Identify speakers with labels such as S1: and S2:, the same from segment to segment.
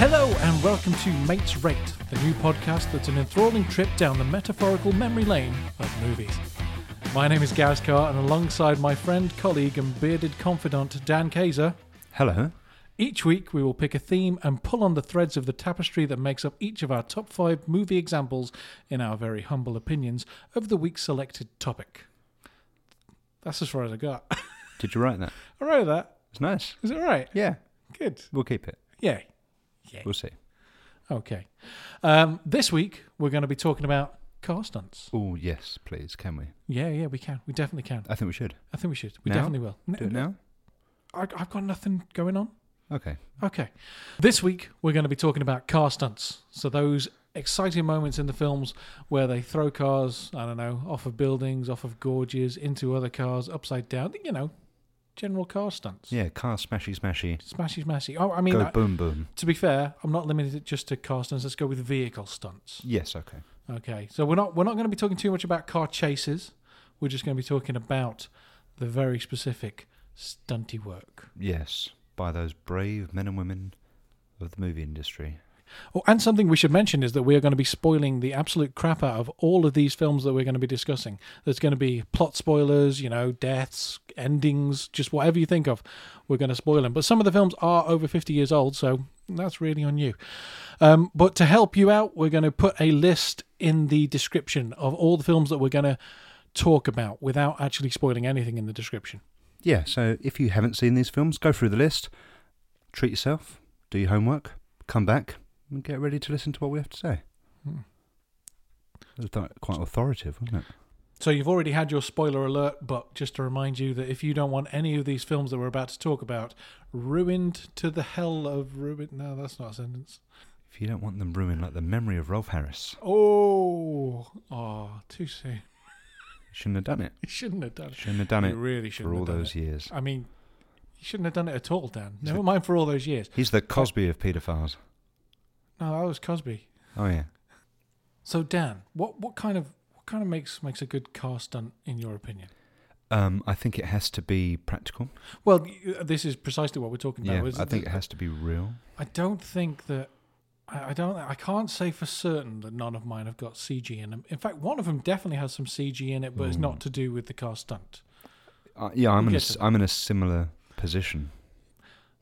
S1: Hello and welcome to Mates Rate, the new podcast that's an enthralling trip down the metaphorical memory lane of movies. My name is Gaz Carr, and alongside my friend, colleague, and bearded confidant Dan Kaiser,
S2: Hello.
S1: each week we will pick a theme and pull on the threads of the tapestry that makes up each of our top five movie examples in our very humble opinions of the week's selected topic. That's as far as I got.
S2: Did you write that?
S1: all right with that.
S2: It's nice.
S1: Is it all right?
S2: Yeah,
S1: Good.
S2: we'll keep it.
S1: Yay.
S2: We'll see.
S1: Okay. Um, this week we're going to be talking about car stunts.
S2: Oh, yes, please. Can we?
S1: Yeah, yeah, we can. We definitely can.
S2: I think we should.
S1: I think we should. We
S2: Now?
S1: definitely will. N-
S2: Do it now?
S1: I, I've got nothing going on.
S2: Okay.
S1: Okay. This week we're going to be talking about car stunts. So those exciting moments in the films where they throw cars, I don't know, off of buildings, off of gorges, into other cars, upside down. You know, general car stunts.
S2: Yeah, car smashy smashy.
S1: Smashy, smashy. Oh, I mean,
S2: Go
S1: I-
S2: boom boom.
S1: to be fair, I'm not limited it just to car stunts. Let's go with vehicle stunts.
S2: Yes, okay.
S1: Okay, so we're not we're not going to be talking too much about car chases. We're just going to be talking about the very specific stunty work.
S2: Yes, by those brave men and women of the movie industry.
S1: Oh, and something we should mention is that we are going to be spoiling the absolute crap out of all of these films that we're going to be discussing. There's going to be plot spoilers, you know, deaths, endings, just whatever you think of. We're going to spoil them. But some of the films are over 50 years old, so that's really on you. Um, but to help you out, we're going to put a list in the description of all the films that we're going to talk about without actually spoiling anything in the description.
S2: Yeah, so if you haven't seen these films, go through the list, treat yourself, do your homework, come back, and get ready to listen to what we have to say.
S1: Hmm.
S2: That was Quite authoritative, wasn't it?
S1: So you've already had your spoiler alert, but just to remind you that if you don't want any of these films that we're about to talk about ruined to the hell of ruin, no, that's not a sentence.
S2: If you don't want them ruined like the memory of Rolf Harris,
S1: Oh, oh, too soon.
S2: you shouldn't have done it.
S1: You shouldn't have done it.
S2: Shouldn't have done
S1: you
S2: it
S1: really shouldn't
S2: for all
S1: have done
S2: those
S1: it.
S2: years.
S1: I mean, you shouldn't have done it at all, Dan.
S2: So-
S1: Never mind for all those years.
S2: He's the Cosby of paedophiles.
S1: No, that was Cosby.
S2: Oh yeah.
S1: So Dan, what what kind of what kind of makes makes a good car stunt in your opinion?
S2: Um, I think it has to be practical.
S1: Well, y- this is precisely what we're talking about.
S2: yeah,
S1: isn't
S2: I think
S1: it?
S2: it has to be real.
S1: I don't think that. I I don't. I can't say for certain that none of mine have got CG in them. In fact, one of them definitely has some CG in it, but it's not to do with the car stunt.
S2: Uh, yeah, I'm
S1: We'll
S2: in a,
S1: get
S2: s- I'm in a similar position.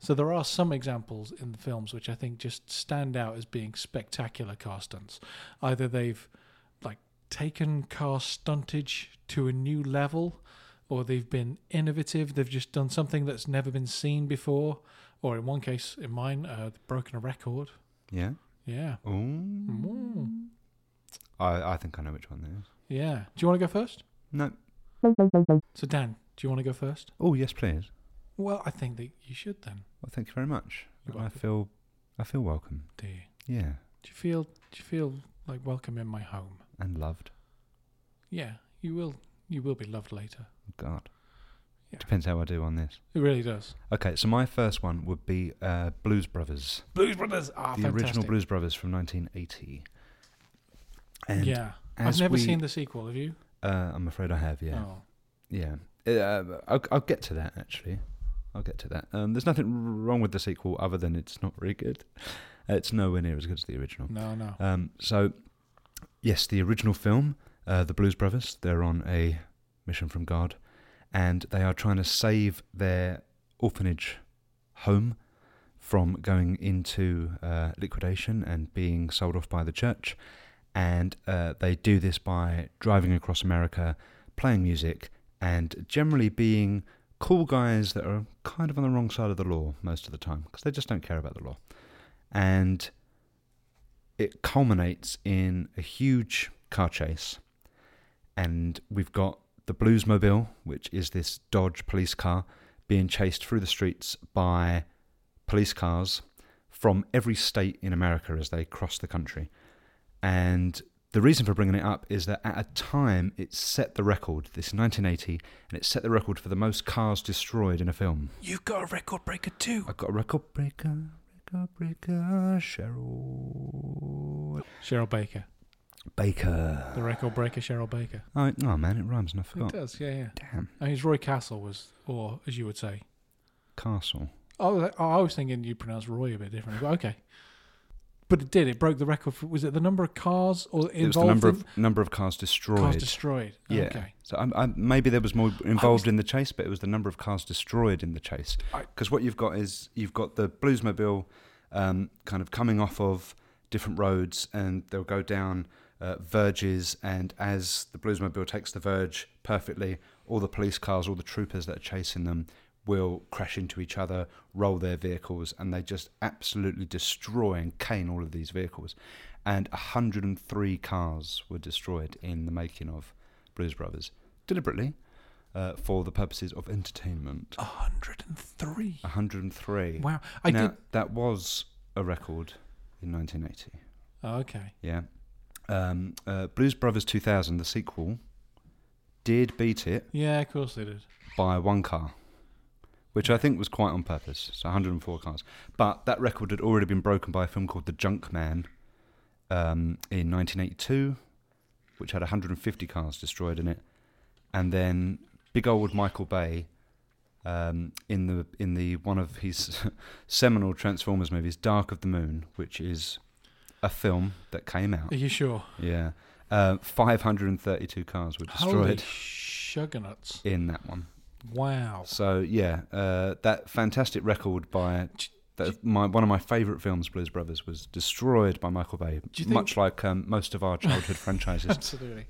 S1: So there are some examples in the films which I think just stand out as being spectacular car stunts. Either they've like taken car stuntage to a new level, or they've been innovative. They've just done something that's never been seen before, or in one case, in mine, uh, broken a record.
S2: Yeah.
S1: Yeah.
S2: Ooh.
S1: Mm.
S2: I I think I know which one that is.
S1: Yeah. Do you want to go first?
S2: No.
S1: So, Dan, do you want to go first?
S2: Oh yes, please.
S1: Well, I think that you should then.
S2: Well, thank you very much.
S1: You're
S2: I
S1: welcome.
S2: feel I feel welcome.
S1: Do you?
S2: Yeah,
S1: Do you feel? Do you feel like welcome in my home?
S2: and loved.
S1: Yeah, you will. You will be loved later.
S2: Oh, God.
S1: Yeah.
S2: Depends how I do on this.
S1: It really does.
S2: Okay, so my first one would be uh, Blues Brothers,
S1: Blues Brothers. Ah,
S2: the
S1: fantastic.
S2: original Blues Brothers from 1980. And
S1: yeah, I've
S2: as
S1: never
S2: we-
S1: seen the sequel. Have you?
S2: Uh, I'm afraid I have. Yeah.
S1: Oh.
S2: Yeah, uh, I'll, I'll get to that actually. I'll get to that. Um, there's nothing wrong with the sequel other than it's not very good. Uh, It's nowhere near as good as the original.
S1: No, no.
S2: Um, so, yes, the original film, uh, the Blues Brothers, they're on a mission from God, and they are trying to save their orphanage home from going into uh, liquidation and being sold off by the church. And uh, they do this by driving across America, playing music, and generally being cool guys that are kind of on the wrong side of the law most of the time because they just don't care about the law. And it culminates in a huge car chase, and we've got the Bluesmobile, which is this Dodge police car, being chased through the streets by police cars from every state in America as they cross the country. And the reason for bringing it up is that at a time it set the record. This is 1980, and it set the record for the most cars destroyed in a film.
S1: You've got a record breaker too.
S2: I've got a record breaker, record breaker, Cheryl
S1: Cheryl Baker,
S2: Baker.
S1: the record breaker, Cheryl Baker.
S2: Oh, no, man, it rhymes and I
S1: It
S2: forgot.
S1: does. Yeah, yeah.
S2: Damn.
S1: I mean, it's Roy Castle was, or as you would say.
S2: Castle.
S1: Oh, I was thinking you pronounce Roy a bit differently, but okay. but it did. It broke the record. For, was it the number of cars or
S2: It was the
S1: involved
S2: number
S1: in
S2: of number of cars destroyed.
S1: cars destroyed?
S2: Yeah.
S1: Okay.
S2: So I, I, maybe there was more involved in the chase, but it was the number of cars destroyed in the chase.
S1: I-
S2: Because what you've got is you've got the Bluesmobile um, kind of coming off of different roads, and they'll go down uh, verges, and as the Bluesmobile takes the verge perfectly, all the police cars, all the troopers that are chasing them. Will crash into each other, roll their vehicles, and they just absolutely destroy and cane all of these vehicles. And 103 cars were destroyed in the making of Blues Brothers deliberately uh, for the purposes of entertainment.
S1: 103.
S2: 103.
S1: Wow. Oh. I
S2: now,
S1: did.
S2: that was a record in 1980.
S1: Oh, okay.
S2: Yeah. Um, uh, Blues Brothers 2000, the sequel, did beat it
S1: Yeah, of course they did.
S2: by one car, which I think was quite on purpose. So 104 cars. But that record had already been broken by a film called The Junk Man um, in 1982, which had 150 cars destroyed in it. And then big old Michael Bay. Um, in the in the one of his seminal Transformers movies, Dark of the Moon, which is a film that came out,
S1: Are you sure?
S2: yeah, uh, 532 cars were
S1: Holy
S2: destroyed
S1: sugarnuts.
S2: in that one.
S1: Wow.
S2: So yeah, uh, that fantastic record by
S1: Do-
S2: that my one of my favourite films, Blues Brothers, was destroyed by Michael
S1: Do
S2: Bay,
S1: you think-
S2: much like um, most of our childhood franchises.
S1: Absolutely.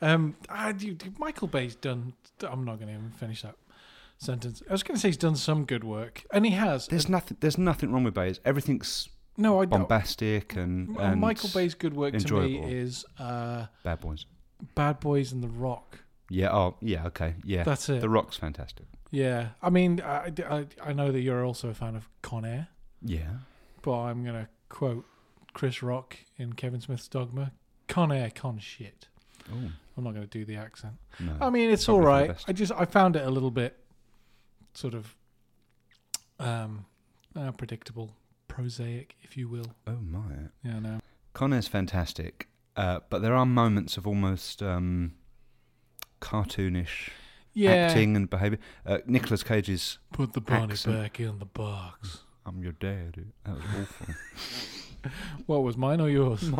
S1: Um, I, do- do- Michael Bay's done. I'm not going to even finish that sentence. I was going to say he's done some good work, and he has.
S2: There's nothing. There's nothing wrong with Bay's. Everything's
S1: no, I don't. uh,
S2: bombastic and, and
S1: Michael Bay's good work to
S2: enjoyable.
S1: me is uh,
S2: Bad Boys.
S1: Bad Boys and The Rock.
S2: Yeah. Oh, yeah. Okay. Yeah.
S1: That's it.
S2: The Rock's fantastic.
S1: yeah, I mean, I, I, I know that you're also a fan of Con Air,
S2: Yeah.
S1: but I'm going to quote Chris Rock in Kevin Smith's Dogma: "Con Air, con shit."
S2: Oh
S1: I'm not going to do the accent.
S2: no.
S1: I mean, it's all
S2: Probably for the
S1: right.
S2: best.
S1: I just I found it a little bit sort of um uh, predictable, prosaic, if you will.
S2: oh my.
S1: Yeah, no.
S2: Connor's fantastic, uh, but there are moments of almost um, cartoonish
S1: Yeah.
S2: acting and behaviour. Uh, Nicolas Cage's
S1: Put the bunny
S2: accent.
S1: back in the box.
S2: "I'm your dad." That was awful.
S1: What was mine or yours?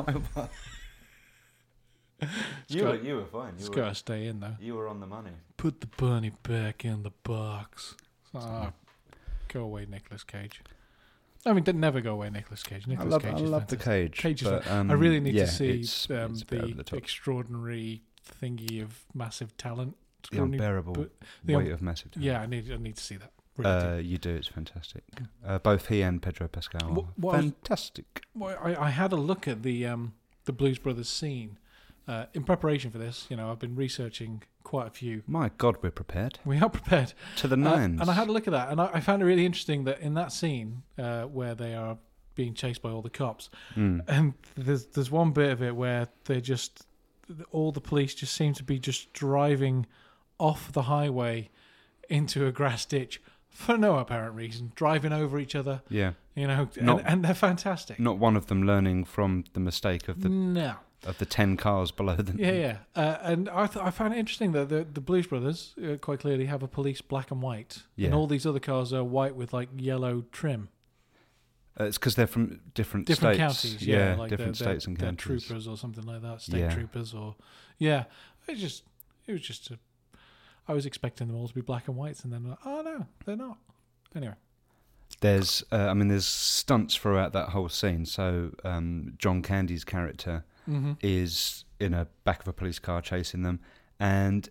S1: You were-
S2: you were fine.
S1: It's gotta stay in though.
S2: you were on the money.
S1: Put the bunny back in the box. Ah,
S2: Sorry.
S1: go away, Nicolas Cage. I mean, don't- never go away, Nicolas Cage.
S2: I
S1: Nicolas
S2: love,
S1: Cage
S2: I
S1: is
S2: love the
S1: fantastic.
S2: cage.
S1: Cage is
S2: but, um,
S1: I really need
S2: yeah,
S1: to see
S2: it's-
S1: um,
S2: it's a bit over
S1: the,
S2: the, top.
S1: extraordinary thingy of massive talent.
S2: The unbearable
S1: but- the
S2: weight
S1: un-
S2: of massive. talent.
S1: Yeah, I need I need to see that. Really do.
S2: Uh, you do. It's fantastic. Uh, both he and Pedro Pascal.
S1: Wha-
S2: are
S1: what I was-
S2: fantastic.
S1: Well, I, I had a look at the um, the Blues Brothers scene uh, in preparation for this. You know, I've been researching quite a few.
S2: My God, we're prepared
S1: We are prepared.
S2: to the
S1: Uh,
S2: nines.
S1: and I had a look at that, and I, I found it really interesting that in that scene uh, where they are being chased by all the cops,
S2: Mm.
S1: and there's there's one bit of it where they just all the police just seem to be just driving off the highway into a grass ditch for no apparent reason, driving over each other.
S2: Yeah,
S1: You know,
S2: Not-
S1: and, and they're fantastic.
S2: not one of them learning from the mistake of the
S1: no.
S2: of the ten cars below them.
S1: Yeah, yeah. Uh, and I, th- I found it interesting that the, the Blues Brothers uh, quite clearly have a police black and white.
S2: Yeah.
S1: And all these other cars are white with like yellow trim.
S2: Uh, it's because they're from different,
S1: Different
S2: states.
S1: counties. Yeah, like they're-
S2: different
S1: they're,
S2: states and
S1: they're
S2: counties.
S1: troopers or something like that. State
S2: Yeah.
S1: troopers or. Yeah. It just. It was just a. I was expecting them all to be black and whites, and then like, oh no, they're not. Anyway,
S2: There's, uh, I mean, there's stunts throughout that whole scene. So um, John Candy's character
S1: mm-hmm.
S2: is in a back of a police car chasing them, and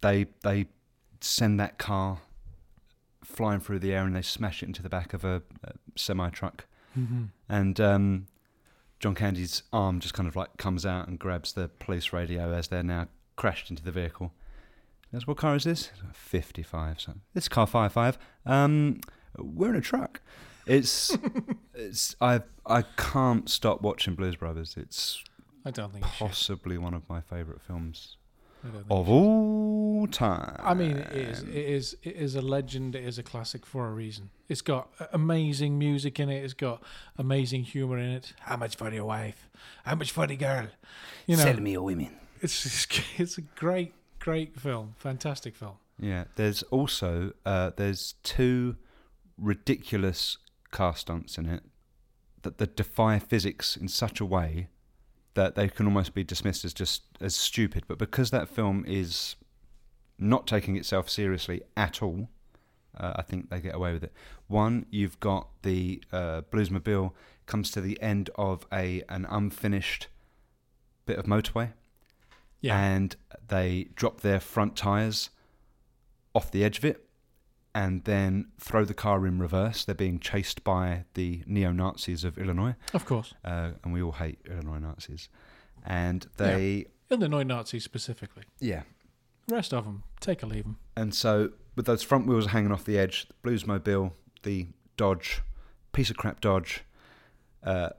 S2: they they send that car flying through the air and they smash it into the back of a, a semi truck,
S1: Mm-hmm.
S2: and um, John Candy's arm just kind of like comes out and grabs the police radio as they're now crashed into the vehicle. He goes, what car is this? Fifty-five. So this car five-five. Um, we're in a truck. It's it's I I can't stop watching Blues Brothers. It's
S1: I don't think. you should.
S2: possibly one of my favourite films
S1: I don't think you
S2: of all time.
S1: I mean, it is. It is. It is a legend. It is a classic for a reason. It's got amazing music in it. It's got amazing humor in it. How much for your wife? How much for the girl? You know,
S2: me your women.
S1: it's it's, it's a great, great film. Fantastic film.
S2: Yeah, there's also uh, there's two ridiculous car stunts in it that, that defy physics in such a way that they can almost be dismissed as just as stupid. But because that film is not taking itself seriously at all, uh, I think they get away with it. One, you've got the uh, Bluesmobile comes to the end of a an unfinished bit of motorway,
S1: Yeah.
S2: and they drop their front tires off the edge of it, and then throw the car in reverse. They're being chased by the neo Nazis of Illinois,
S1: of course.
S2: uh, and we all hate Illinois Nazis. And they,
S1: Illinois Nazis specifically.
S2: yeah,
S1: Rest of them, take or leave them.
S2: And so, with those front wheels hanging off the edge, the Bluesmobile, the Dodge, piece of crap Dodge, uh,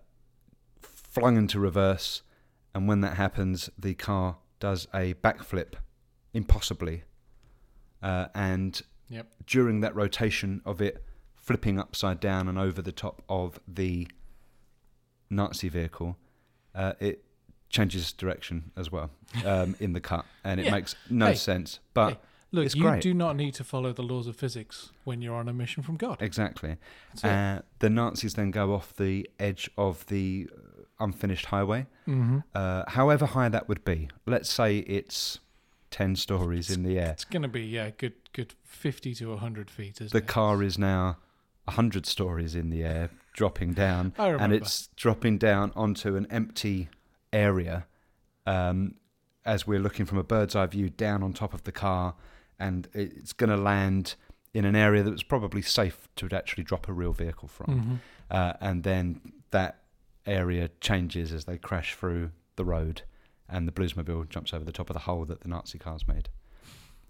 S2: flung into reverse. And when that happens, the car does a backflip, impossibly. Uh, and
S1: Yep.
S2: during that rotation of it flipping upside down and over the top of the Nazi vehicle, uh, it changes direction as well um, in the cut, and it
S1: Yeah.
S2: makes no
S1: Hey.
S2: sense. But
S1: Hey, Look,
S2: it's
S1: you
S2: great.
S1: do not need to follow the laws of physics when you're on a mission from God.
S2: Exactly.
S1: That's it.
S2: Uh, the Nazis then go off the edge of the uh, unfinished highway,
S1: mm-hmm.
S2: uh, however high that would be. Let's say it's 10 stories in the air.
S1: It's going to be yeah, good, good fifty to hundred feet, isn't
S2: The
S1: it?
S2: car is now 100 stories in the air, dropping down.
S1: I remember.
S2: And it's dropping down onto an empty area um, as we're looking from a bird's eye view down on top of the car. And it- it's going to land in an area that was probably safe to actually drop a real vehicle from.
S1: Mhm.
S2: uh, and then that area changes as they crash through the road, and the Bluesmobile jumps over the top of the hole that the Nazi cars made.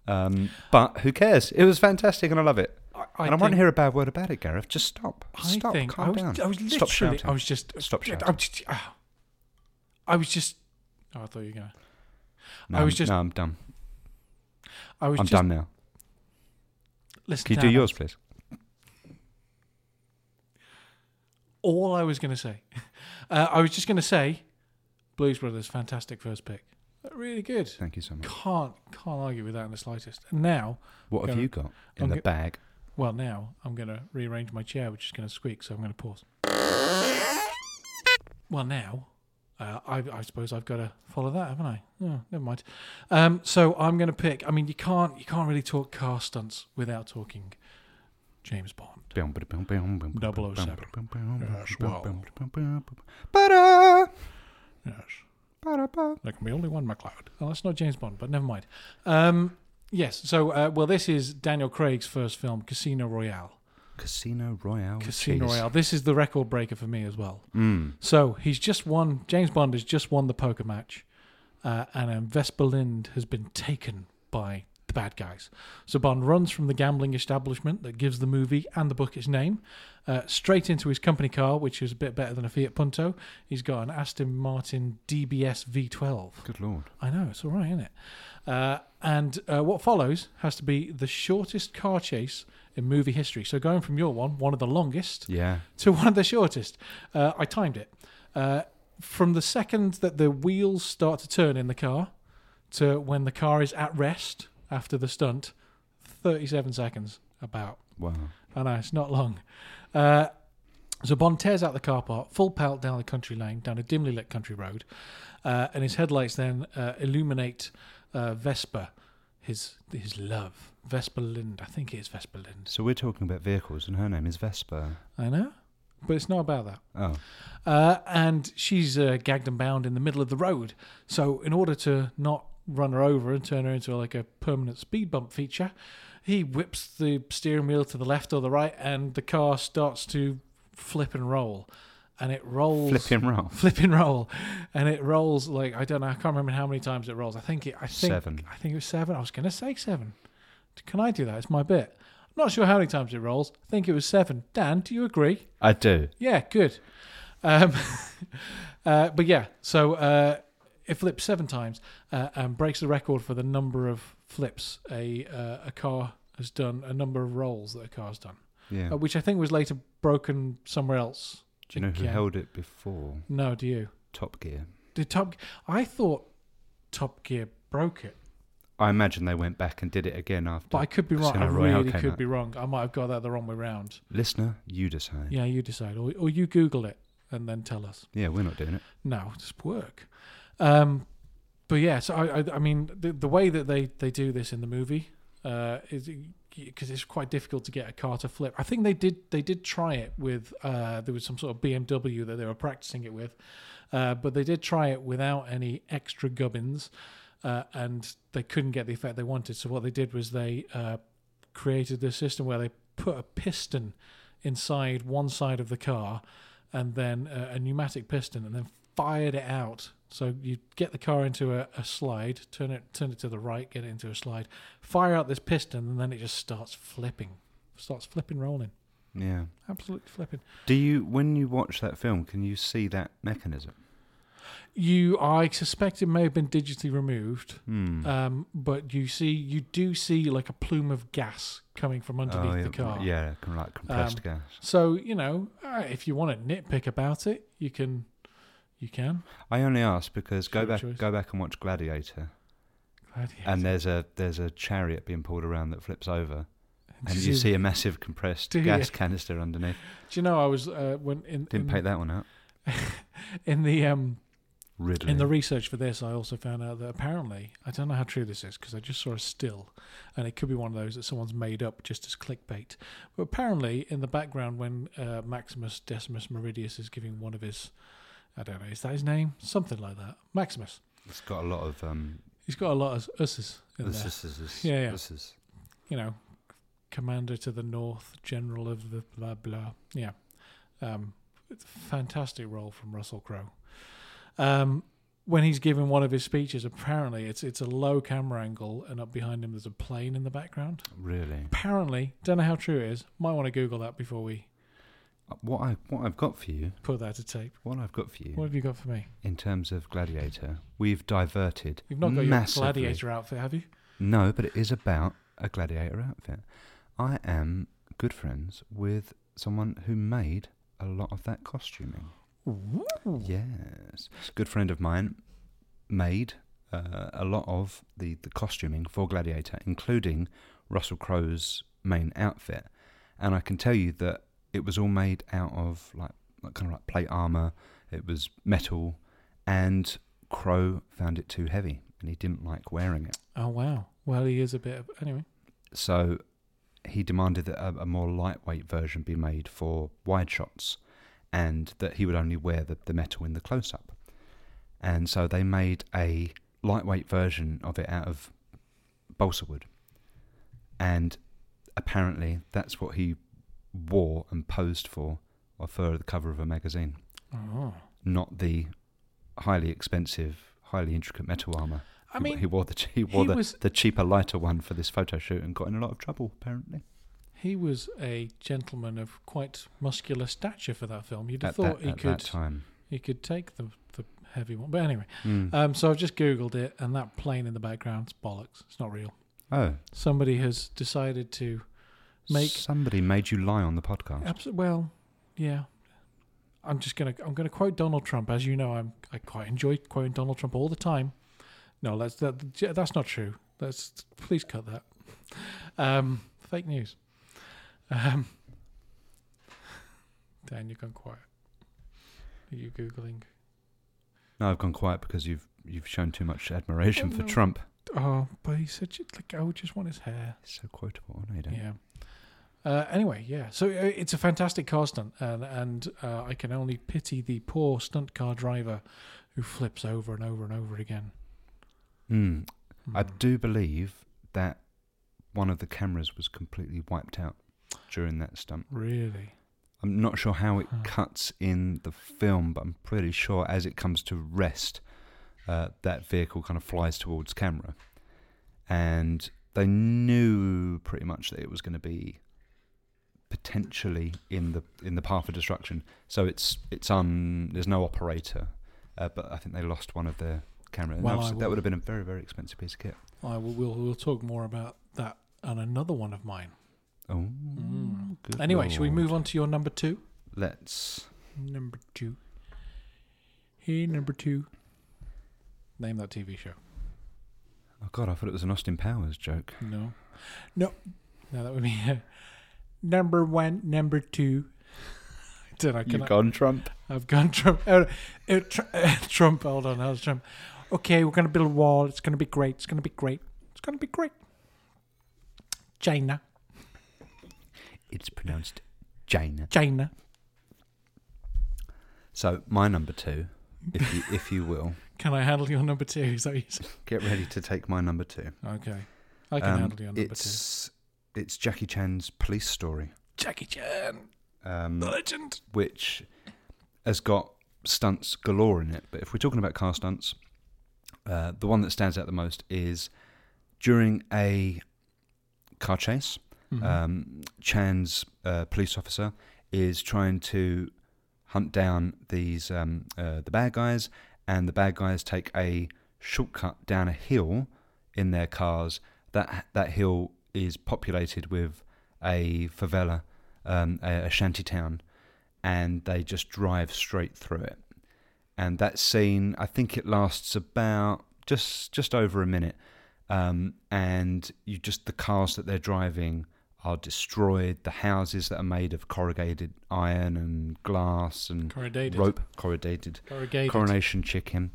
S2: Um, but who cares? It was fantastic, and I love it.
S1: I,
S2: and I
S1: think-
S2: won't hear a bad word about it, Gareth. Just stop.
S1: I
S2: Stop.
S1: think
S2: Calm
S1: I was,
S2: down.
S1: I was
S2: stop
S1: literally,
S2: shouting.
S1: I was just,
S2: Stop shouting.
S1: I was just, ah. I was just. Oh, I thought you were gonna.
S2: no,
S1: I was
S2: I'm-
S1: just-
S2: No, I'm done.
S1: I was
S2: I'm
S1: just.
S2: done now.
S1: Listen,
S2: Can you
S1: to
S2: do
S1: Anna.
S2: yours, please?
S1: All I was gonna say, uh, I was just gonna say, Blues Brothers, fantastic first pick, really good.
S2: Thank you so much.
S1: Can't can't argue with that in the slightest. And now,
S2: What have
S1: Gareth,
S2: you got in
S1: I'm
S2: the
S1: go-
S2: bag?
S1: well, now I'm gonna rearrange my chair, which is gonna squeak, so I'm gonna pause. Well, now, uh, I, I suppose I've got to follow that, haven't I? Oh, never mind. Um, so I'm going to pick. I mean, you can't you can't really talk car stunts without talking James Bond.
S2: 007.
S1: Yes, well.
S2: Ba-da!
S1: Yes,
S2: Ba-da-ba.
S1: there can be only one McLeod. Oh, that's not James Bond, but never mind. Um, yes. So, uh, well, this is Daniel Craig's first film, Casino Royale.
S2: Casino Royale.
S1: Casino
S2: Oh, Jeez.
S1: Royale. This is the record breaker for me as well.
S2: Mm.
S1: So he's just won. James Bond has just won the poker match, uh, and um, Vesper Lind has been taken by the bad guys. So Bond runs from the gambling establishment that gives the movie and the book its name, uh, straight into his company car, which is a bit better than a Fiat Punto. He's got an Aston Martin DBS V12.
S2: Good lord.
S1: I know, it's all right, isn't it? Uh, and uh, what follows has to be the shortest car chase in movie history. So going from your one, one of the longest,
S2: Yeah.
S1: to one of the shortest. Uh, I timed it. Uh, from the second that the wheels start to turn in the car to when the car is at rest after the stunt, 37 seconds about.
S2: Wow.
S1: I know, it's not long. Uh, so Bond tears out the car park, full pelt down the country lane, down a dimly lit country road, uh, and his headlights then uh, illuminate uh, Vespa, his his love, Vespa Lind. I think it is Vespa Lind.
S2: So we're talking about vehicles, and her name is Vespa.
S1: I know, but it's not about that.
S2: Oh,
S1: Uh, and she's uh, gagged and bound in the middle of the road. So, in order to not run her over and turn her into like a permanent speed bump feature, he whips the steering wheel to the left or the right, and the car starts to flip and roll. And it rolls.
S2: flipping roll.
S1: Flip and roll, and it rolls like I don't know. I can't remember how many times it rolls. I think it. I think
S2: Seven.
S1: I think it was seven. I was gonna say seven. Can I do that? It's my bit. I'm not sure how many times it rolls. I think it was seven. Dan, do you agree?
S2: I do.
S1: Yeah, good. Um, uh, but yeah, so uh, it flips seven times uh, and breaks the record for the number of flips a uh, a car has done, a number of rolls that a car's done,
S2: Yeah.
S1: uh, which I think was later broken somewhere else.
S2: do you know who
S1: again.
S2: held it before?
S1: No, do you?
S2: Top Gear.
S1: Did Top? I thought Top Gear broke it,
S2: I imagine they went back and did it again after.
S1: but I could be wrong. I
S2: Casino Royale
S1: really
S2: came
S1: could
S2: out.
S1: be wrong. I might have got that the wrong way round.
S2: Listener, you decide.
S1: Yeah, you decide, or, or you Google it and then tell us.
S2: Yeah, we're not doing it.
S1: No, just work. Um, but yeah, so I, I, I mean, the, the way that they, they do this in the movie uh, is because it's quite difficult to get a car to flip. I think they did they did try it with uh, there was some sort of BMW that they were practicing it with, uh, but they did try it without any extra gubbins, uh, and they couldn't get the effect they wanted. So what they did was they uh, created this system where they put a piston inside one side of the car, and then a, a pneumatic piston, and then fired it out. So you get the car into a, a slide, turn it turn it to the right, get it into a slide, fire out this piston, and then it just starts flipping, starts flipping, rolling,
S2: Yeah.
S1: absolutely flipping.
S2: Do you, when you watch that film, can you see that mechanism?
S1: You, I suspect it may have been digitally removed,
S2: Hmm.
S1: um, but you see, you do see like a plume of gas coming from underneath
S2: Oh, yeah,
S1: the car. Um,
S2: Yeah, com- like compressed gas.
S1: So you know, uh, if you want to nitpick about it, you can, you can.
S2: I only ask because go
S1: Sure
S2: back,
S1: choice.
S2: go back and watch Gladiator,
S1: Glad you
S2: and
S1: asked.
S2: there's a there's a chariot being pulled around that flips over, and
S1: Did
S2: you see a massive compressed
S1: Do
S2: gas
S1: you?
S2: canister underneath.
S1: Do you know I was uh, when in
S2: Didn't
S1: in,
S2: paint that one out.
S1: in the um
S2: Ridley.
S1: in the research for this, I also found out that apparently I don't know how true this is because I just saw a still, and it could be one of those that someone's made up just as clickbait. But apparently, in the background, when uh, Maximus Decimus Meridius is giving one of his, I don't know, is that his name? Something like that. Maximus.
S2: it's got a lot of um.
S1: He's got a lot of usses in
S2: This
S1: there.
S2: is, this is,
S1: Yeah, yeah.
S2: This is.
S1: you know, commander to the north, general of the blah blah. Yeah, um, it's a fantastic role from Russell Crowe. Um, when he's giving one of his speeches, apparently it's it's a low camera angle, and up behind him there's a plane in the background.
S2: Really,
S1: Apparently, don't know how true it is. Might want to Google that before we
S2: what I what I've got for you,
S1: put that to tape.
S2: what I've got for you,
S1: What have you got for me?
S2: in terms of Gladiator, we've diverted.
S1: You've not got
S2: massively.
S1: your gladiator outfit, have you?
S2: No, but it is about a gladiator outfit. I am good friends with someone who made a lot of that costuming. Yes. Good friend of mine made uh, a lot of the, the costuming for Gladiator, including Russell Crowe's main outfit. And I can tell you that it was all made out of like, like kind of like plate armor, it was metal, and Crowe found it too heavy and he didn't like wearing it.
S1: Oh wow. Well, he is a bit. Of, anyway,
S2: So he demanded that a, a more lightweight version be made for wide shots and that he would only wear the, the metal in the close up. And so they made a lightweight version of it out of balsa wood. And apparently that's what he wore and posed for or for the cover of a magazine,
S1: oh.
S2: not the highly expensive, highly intricate metal armour.
S1: I
S2: He-
S1: mean,
S2: he wore the he wore the,
S1: was-
S2: the cheaper, lighter one for this photo shoot and got in a lot of trouble. Apparently,
S1: He was a gentleman of quite muscular stature for that film. You'd have
S2: at,
S1: thought
S2: that,
S1: he
S2: at that
S1: could uh,
S2: time.
S1: he could take the the heavy one. But anyway,
S2: Mm.
S1: um, so I've just googled it, and that plane in the background's bollocks. It's not real.
S2: oh,
S1: Somebody has decided to make Uh,
S2: somebody made you lie on the podcast.
S1: abs- well, yeah. I'm just gonna I'm gonna quote Donald Trump. As you know, I'm I quite enjoy quoting Donald Trump all the time. No, that's that, that's not true. That's please cut that. Um, fake news. Um, Dan, you've gone quiet. Are you googling?
S2: no, I've gone quiet because you've you've shown too much admiration
S1: Oh,
S2: for
S1: no.
S2: Trump.
S1: Oh, but he said you- like I would just want his hair.
S2: It's so quotable, I don't.
S1: Yeah. Uh, anyway, yeah. So uh, it's a fantastic car stunt, and and uh, I can only pity the poor stunt car driver who flips over and over and over again.
S2: Mm. I
S1: Hmm.
S2: do believe that one of the cameras was completely wiped out during that stunt.
S1: Really?
S2: I'm not sure how it
S1: Huh.
S2: cuts in the film, but I'm pretty sure as it comes to rest, uh, that vehicle kind of flies towards camera. And they knew pretty much that it was going to be potentially in the in the path of destruction. So it's it's un there's no operator, uh, but I think they lost one of their camera. And
S1: Well, I
S2: obviously that
S1: will-
S2: would have been a very very expensive piece of kit.
S1: I will. We'll, we'll talk more about that on another one of mine.
S2: Oh,
S1: Mm.
S2: good
S1: Anyway, shall we
S2: lord.
S1: move on to your number two?
S2: Let's
S1: Number two. Hey, number two. Name that TV show.
S2: Oh god, I thought it was an Austin Powers joke.
S1: No. No. No, that would be uh, number one, number two. I don't know. Can I,
S2: gone Trump.
S1: I've gone Trump. Uh, uh, tr- uh, Trump, hold on, how's Trump? Okay, we're going to build a wall. It's going to be great. It's going to be great. It's going to be great. China,
S2: It's pronounced China.
S1: China.
S2: So my number two, if you, if you will,
S1: Can I handle your number two? Is that what you said?
S2: get ready to take my number two.
S1: Okay. I can
S2: Um,
S1: handle your number two.
S2: it's it's Jackie Chan's police story,
S1: Jackie Chan,
S2: um,
S1: the legend.
S2: which has got stunts galore in it. But if we're talking about car stunts, uh, the one that stands out the most is during a car chase.
S1: Mhm.
S2: um, Chan's uh, police officer is trying to hunt down these um, uh, the bad guys, and the bad guys take a shortcut down a hill in their cars. That that hill is populated with a favela, um, a, a shanty town, and they just drive straight through it. And that scene, I think it lasts about just just over a minute, um, and you just the cars that they're driving are destroyed. The houses that are made of corrugated iron and glass and
S1: Corrugated.
S2: rope corrugated
S1: Corrugated.
S2: coronation chicken.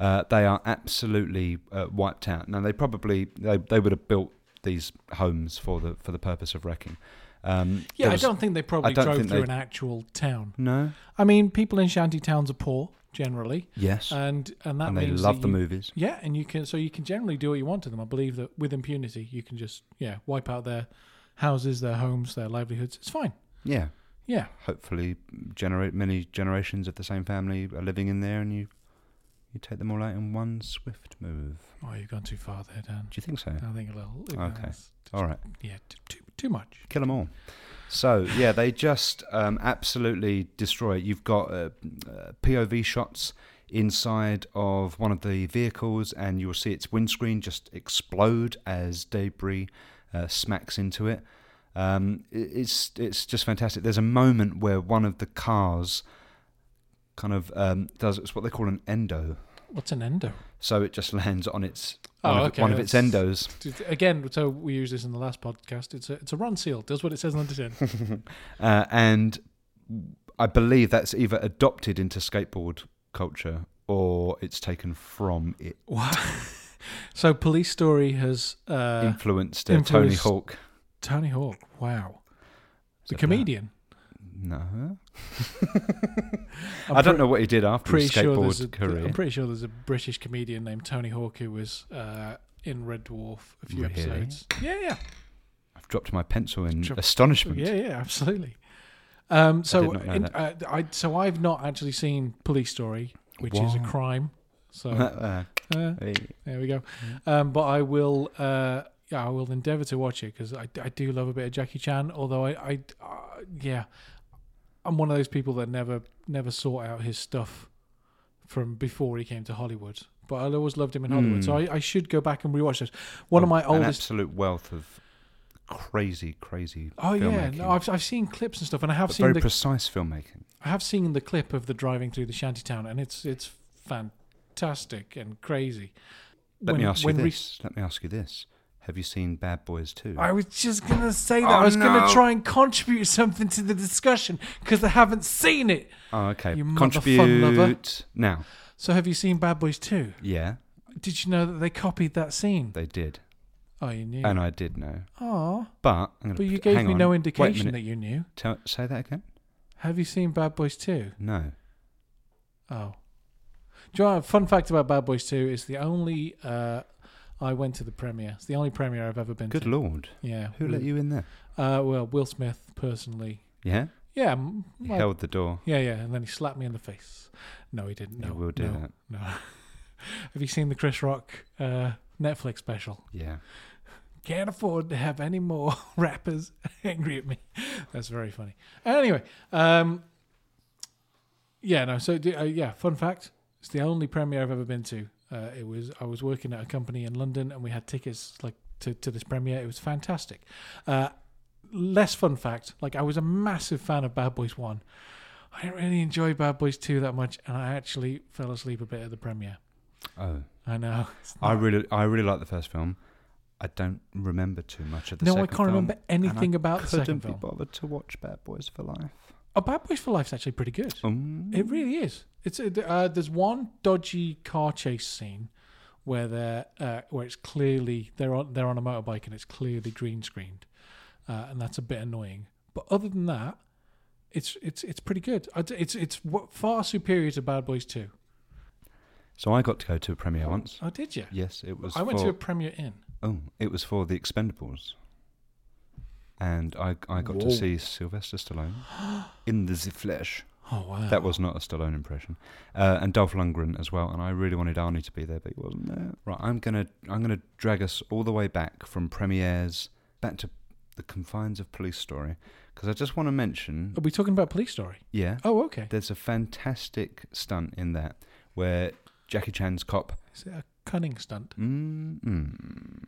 S2: Uh, they are absolutely uh, wiped out. Now they probably they, they would have built these homes for the for the purpose of wrecking. Um,
S1: yeah,
S2: there
S1: I
S2: was-
S1: don't think they probably
S2: don't
S1: drove
S2: think
S1: through
S2: they-
S1: an actual town.
S2: No.
S1: I mean, people in shanty towns are poor generally,
S2: Yes.
S1: and and Uh, that
S2: and they
S1: means
S2: love
S1: that
S2: the
S1: you-
S2: movies.
S1: Yeah, and you can so you can generally do what you want to them. I believe that with impunity, you can just yeah wipe out their houses, their homes, their livelihoods. It's fine.
S2: Yeah.
S1: Yeah,
S2: Hopefully, generate many generations of the same family are living in there, and you you take them all out in one swift move.
S1: oh, you've gone too far there, Dan.
S2: Do you think so?
S1: I think a little.
S2: Okay.
S1: that's-
S2: All right.
S1: Yeah, t- too too much.
S2: kill them all. So yeah, they just um, absolutely destroy it. You've got uh, uh, POV shots inside of one of the vehicles, and you'll see its windscreen just explode as debris uh, smacks into it. Um, i- it's it's just fantastic. There's a moment where one of the cars kind of um, does it's what they call an endo,
S1: What's an endo?
S2: so it just lands on its
S1: Oh,
S2: one of,
S1: okay,
S2: one of its
S1: that's-
S2: endos.
S1: Again, so we used this in the last podcast. It's a it's a run seal. Does what it says on the tin.
S2: uh, and I believe that's either adopted into skateboard culture or it's taken from it,
S1: What? so police story has uh,
S2: influenced uh, Tony
S1: influenced-
S2: Hawk.
S1: Tony Hawk. Wow, the
S2: Is it
S1: comedian.
S2: that? No,
S1: I'm
S2: I'm I do not
S1: pre-
S2: know what he did after
S1: Pretty
S2: his
S1: sure
S2: skateboard
S1: there's a,
S2: career.
S1: I'm pretty sure there's a British comedian named Tony Hawk who was uh, in Red Dwarf a few
S2: Really?
S1: episodes. Yeah, yeah,
S2: I've dropped my pencil in
S1: Sure.
S2: astonishment.
S1: yeah, yeah, absolutely. Um, so,
S2: did not know
S1: in,
S2: that.
S1: uh, I so I've not actually seen Police Story, which is a
S2: Wow.
S1: crime. So
S2: Uh,
S1: uh,
S2: hey.
S1: There we go.
S2: Mm-hmm.
S1: Um, but I will, uh, yeah, I will endeavour to watch it because I, I do love a bit of Jackie Chan. Although I, I uh, yeah, I'm one of those people that never never sought out his stuff from before he came to Hollywood. But I always loved him in Hollywood,
S2: Hmm. Oh,
S1: so I, I should go back and rewatch this. One of my
S2: an
S1: oldest.
S2: absolute wealth of crazy, crazy.
S1: Oh yeah,
S2: filmmaking,
S1: no, I've I've seen clips and stuff, and I have
S2: but
S1: seen
S2: very
S1: the
S2: precise filmmaking.
S1: I have seen the clip of the driving through the shanty town, and it's it's fantastic and crazy.
S2: Let
S1: When-
S2: me ask you
S1: when re-
S2: this. Let me ask you this. Have you seen Bad Boys too?
S1: I was just gonna say that. I
S2: Oh,
S1: was gonna
S2: no.
S1: try and contribute something to the discussion because I haven't seen it.
S2: oh, okay.
S1: You motherfun lover.
S2: Contribute now.
S1: So, have you seen Bad Boys 2?
S2: Yeah,
S1: Did you know that they copied that scene?
S2: they did.
S1: Oh, you knew.
S2: And I did know.
S1: Aw,
S2: But I'm gonna
S1: but you
S2: put-
S1: gave
S2: hang
S1: me
S2: on.
S1: no
S2: Wait a
S1: indication
S2: minute.
S1: that you knew.
S2: Tell, say that again.
S1: Have you seen Bad Boys 2?
S2: No.
S1: Oh. Do you know, a fun fact about Bad Boys 2 is the only. Uh, I went to the premiere. It's the only premiere I've ever been
S2: Good
S1: to.
S2: lord.
S1: Yeah.
S2: Who let you in there?
S1: Uh, well, Will Smith personally.
S2: Yeah.
S1: Yeah. m-
S2: He
S1: my-
S2: held the door.
S1: Yeah, yeah, and then he slapped me in the face. No, he didn't.
S2: He
S1: No,
S2: will do
S1: no,
S2: that.
S1: No. Have you seen the Chris Rock uh, Netflix special?
S2: Yeah.
S1: Can't afford to have any more rappers angry at me. That's very funny. Anyway, um, yeah, no. So uh, yeah, fun fact: it's the only premiere I've ever been to. Uh, it was I was working at a company in London, and we had tickets like to, to this premiere. It was fantastic. Uh, less fun fact: like I was a massive fan of Bad Boys One. I didn't really enjoy Bad Boys Two that much, and I actually fell asleep a bit at the premiere.
S2: Oh.
S1: I know.
S2: I really, I really like the first film. I don't remember too much of the
S1: no, I
S2: second
S1: can't remember
S2: film, and I
S1: anything about the second
S2: Couldn't be
S1: film.
S2: bothered to watch Bad Boys for Life.
S1: A Bad Boys for Life's actually pretty good.
S2: Um,
S1: It really is. It's uh, there's one dodgy car chase scene where they're uh, where it's clearly they're on they're on a motorbike and it's clearly green screened, uh, and that's a bit annoying. But other than that, it's it's it's pretty good. I'd- It's it's w- far superior to Bad Boys Two.
S2: so I got to go to a premiere once.
S1: Oh, did you?
S2: Yes, it was.
S1: I went
S2: for,
S1: to a premiere in.
S2: Oh, it was for the Expendables, and I I got
S1: Whoa.
S2: to see Sylvester Stallone in the flesh.
S1: Oh wow.
S2: That was not a Stallone impression, uh, and Dolph Lundgren as well. And I really wanted Arnie to be there, but he wasn't there. Right, I'm gonna I'm gonna drag us all the way back from premieres back to the confines of Police Story because I just want to mention.
S1: Are we talking about Police Story?
S2: Yeah,
S1: Oh, okay.
S2: there's a fantastic stunt in that where Jackie Chan's cop
S1: Is it a cunning stunt?
S2: Mm-mm. Mm-hmm.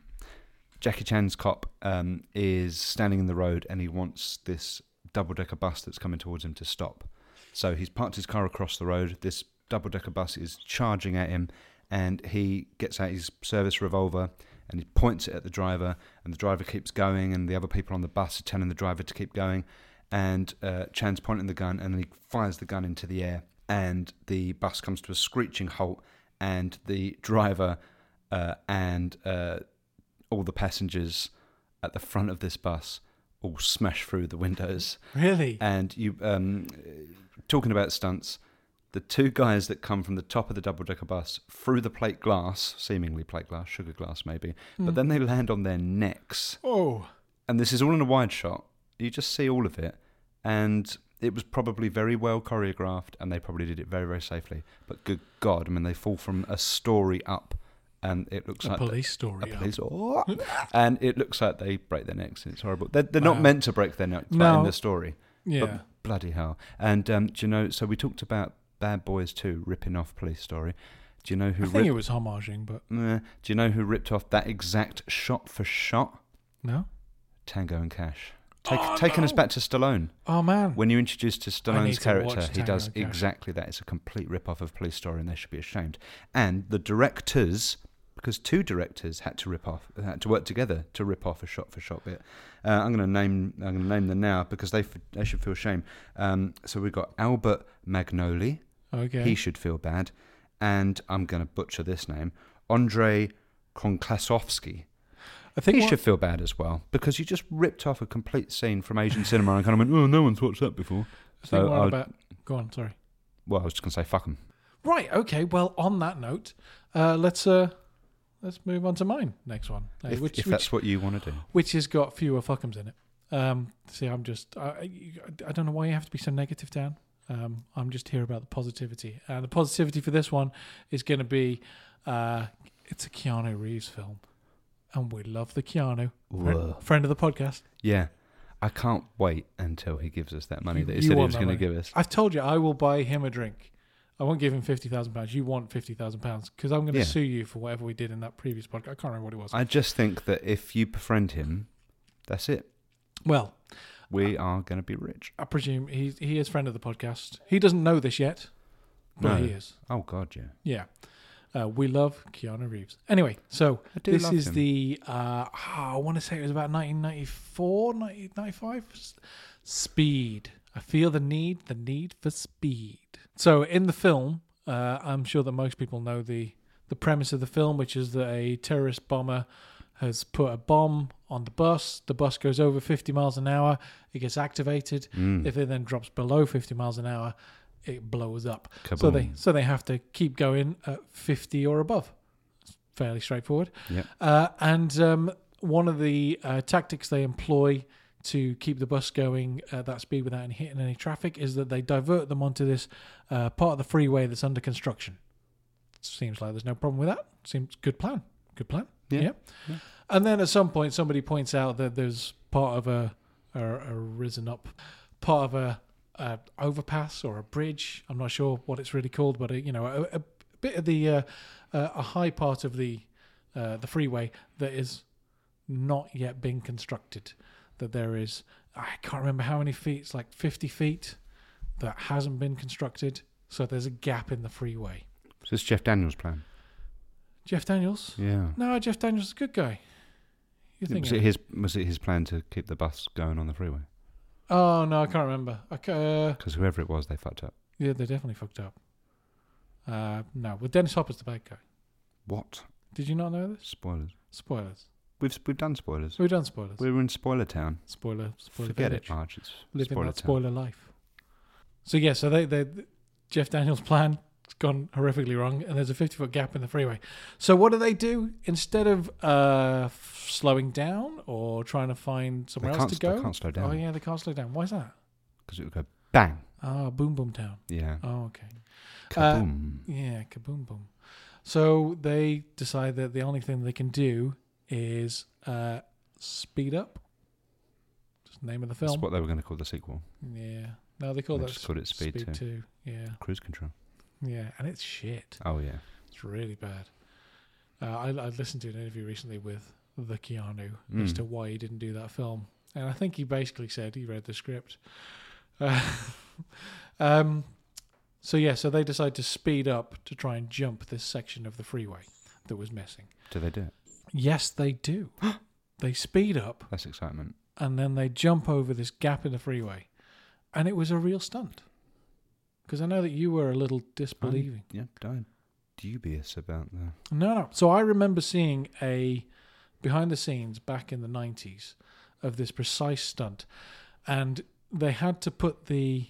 S2: Jackie Chan's cop um, is standing in the road and he wants this double decker bus that's coming towards him to stop. So he's parked his car across the road. This double decker bus is charging at him and he gets out his service revolver and he points it at the driver. And the driver keeps going, and the other people on the bus are telling the driver to keep going. And uh, Chan's pointing the gun and he fires the gun into the air. And the bus comes to a screeching halt, and the driver uh, and uh, all the passengers at the front of this bus all smash through the windows.
S1: Really?
S2: And you, um, talking about stunts, the two guys that come from the top of the double decker bus through the plate glass, seemingly plate glass, sugar glass maybe,
S1: Mm.
S2: but then they land on their necks.
S1: Hmm. Oh,
S2: And this is all in a wide shot. You just see all of it. And it was probably very well choreographed and they probably did it very, very safely. But good God, I mean, they fall from a story up and it looks
S1: a
S2: like
S1: Police Story.
S2: a
S1: up.
S2: police- oh, and it looks like they break their necks and it's horrible they're, they're not
S1: Wow.
S2: meant to break their necks but
S1: No.
S2: in the story
S1: Yeah.
S2: but bloody hell and um, do you know so we talked about bad boys 2 ripping off police story do you know who
S1: I think
S2: ripped,
S1: it was homaging, but
S2: Nah, do you know who ripped off that exact shot for shot
S1: no.
S2: tango and cash Take,
S1: Oh,
S2: taking us
S1: no.
S2: back to stallone
S1: Oh man.
S2: when you introduce to
S1: need
S2: Stallone's
S1: to watch
S2: character, he
S1: Tango
S2: does
S1: and Cash.
S2: exactly that. It's a complete rip-off of Police Story, and they should be ashamed. And the directors, because two directors had to rip off, had to work together to rip off a shot-for-shot bit. Uh, I'm going to name, I'm going to name them now because they f- they should feel shame. Um, so we've got Albert Magnoli,
S1: okay.
S2: he should feel bad, and I'm going to butcher this name, Andre Konklasovsky.
S1: I think
S2: He
S1: what-
S2: should feel bad as well because you just ripped off a complete scene from Asian cinema and kind of went, oh, no one's watched that before.
S1: I think
S2: So
S1: more
S2: I'll-
S1: about. Go on, sorry.
S2: Well, I was just going to say, fuck them.
S1: Right. Okay. Well, on that note, uh, let's uh, let's move on to mine next one, uh,
S2: If,
S1: which
S2: if
S1: which,
S2: that's what you want to do.
S1: which has got fewer fuckums in it. Um, see, I'm just I, I- I don't know why you have to be so negative, Dan. Um, I'm just here about the positivity, and the positivity for this one is going to be uh, it's a Keanu Reeves film, and we love the Keanu friend,
S2: Whoa.
S1: friend of the podcast.
S2: Yeah. I can't wait until he gives us that money that he
S1: You
S2: said he
S1: want
S2: was
S1: that
S2: going to
S1: money.
S2: give us.
S1: I've told you I will buy him a drink. I won't give him fifty thousand pounds. You want fifty thousand pounds because I'm going to
S2: Yeah.
S1: sue you for whatever we did in that previous podcast. I can't remember what it was.
S2: I just think that if you befriend him, that's it.
S1: well, Uh,
S2: We are going to be rich.
S1: I presume he he is friend of the podcast. He doesn't know this yet, but
S2: No.
S1: he is.
S2: Oh, God, yeah.
S1: Yeah. Uh, we love Keanu Reeves. Anyway, so
S2: I do
S1: this
S2: love
S1: is
S2: him.
S1: the uh, ah, I want to say it was about 1994, 1995. S- Speed. I feel the need, the need for speed. So in the film, uh, I'm sure that most people know the the premise of the film, which is that a terrorist bomber has put a bomb on the bus. The bus goes over 50 miles an hour. It gets activated. If it then drops below 50 miles an hour, it blows up. So they
S2: Kaboom.
S1: so they have to keep going at 50 or above. It's fairly straightforward.
S2: Yep.
S1: Uh, and um, one of the uh, tactics they employ to keep the bus going at that speed without any hitting any traffic is that they divert them onto this uh, part of the freeway that's under construction. Seems like there's no problem with that. Seems good plan. Good plan.
S2: Yeah. Yeah.
S1: And then at some point, somebody points out that there's part of a, a, a risen up, part of a, a overpass or a bridge. I'm not sure what it's really called, but a, you know, a, a bit of the uh, uh, a high part of the uh, the freeway that is not yet being constructed. That there is, I can't remember how many feet. It's like 50 feet that hasn't been constructed. So there's a gap in the freeway.
S2: So it's Jeff Daniels' plan.
S1: Jeff Daniels?
S2: Yeah.
S1: No, Jeff Daniels is a good guy. You think?
S2: Was it, his, was it his plan to keep the bus going on the freeway?
S1: Oh no, I can't remember. I ca- uh,
S2: Because whoever it was, they fucked up.
S1: yeah, they definitely fucked up. Uh, no, with Dennis Hopper's the bad guy.
S2: What?
S1: Did you not know this?
S2: Spoilers.
S1: Spoilers.
S2: We've we've done spoilers.
S1: We've done spoilers.
S2: We were in spoiler town.
S1: spoiler. Spoiler.
S2: Forget
S1: village.
S2: it, Marge. It's
S1: living
S2: spoiler
S1: that
S2: town.
S1: spoiler life. So yeah, so they, they Jeff Daniels' plan has gone horrifically wrong, and there's a 50 foot gap in the freeway. So what do they do instead of uh, f- slowing down or trying to find somewhere
S2: they
S1: else
S2: can't,
S1: to go?
S2: They can't slow
S1: Oh
S2: down
S1: yeah, they can't slow down. Why's that?
S2: because it would go bang.
S1: Ah, boom boom town.
S2: Yeah.
S1: Oh okay, Uh,
S2: Kaboom.
S1: yeah, kaboom boom. So they decide that the only thing they can do is uh, speed up. Just the name of the
S2: That's
S1: film.
S2: what they were going to call the sequel.
S1: yeah. No, they call
S2: They
S1: that
S2: just called it Speed Two.
S1: Two. Yeah.
S2: Cruise control.
S1: Yeah, and it's shit.
S2: Oh yeah.
S1: It's really bad. Uh, I, I listened to an interview recently with the Keanu as
S2: Mm.
S1: to why he didn't do that film, and I think he basically said he read the script. Uh, um, so yeah, so they decide to speed up to try and jump this section of the freeway that was missing.
S2: Do they do it?
S1: Yes, they do. they speed up
S2: That's excitement.
S1: and then they jump over this gap in the freeway, and it was a real stunt. Because I know that you were a little disbelieving.
S2: Yeah. Don't dubious about the.
S1: No, no. So I remember seeing a behind the scenes back in the 90s of this precise stunt, and they had to put the.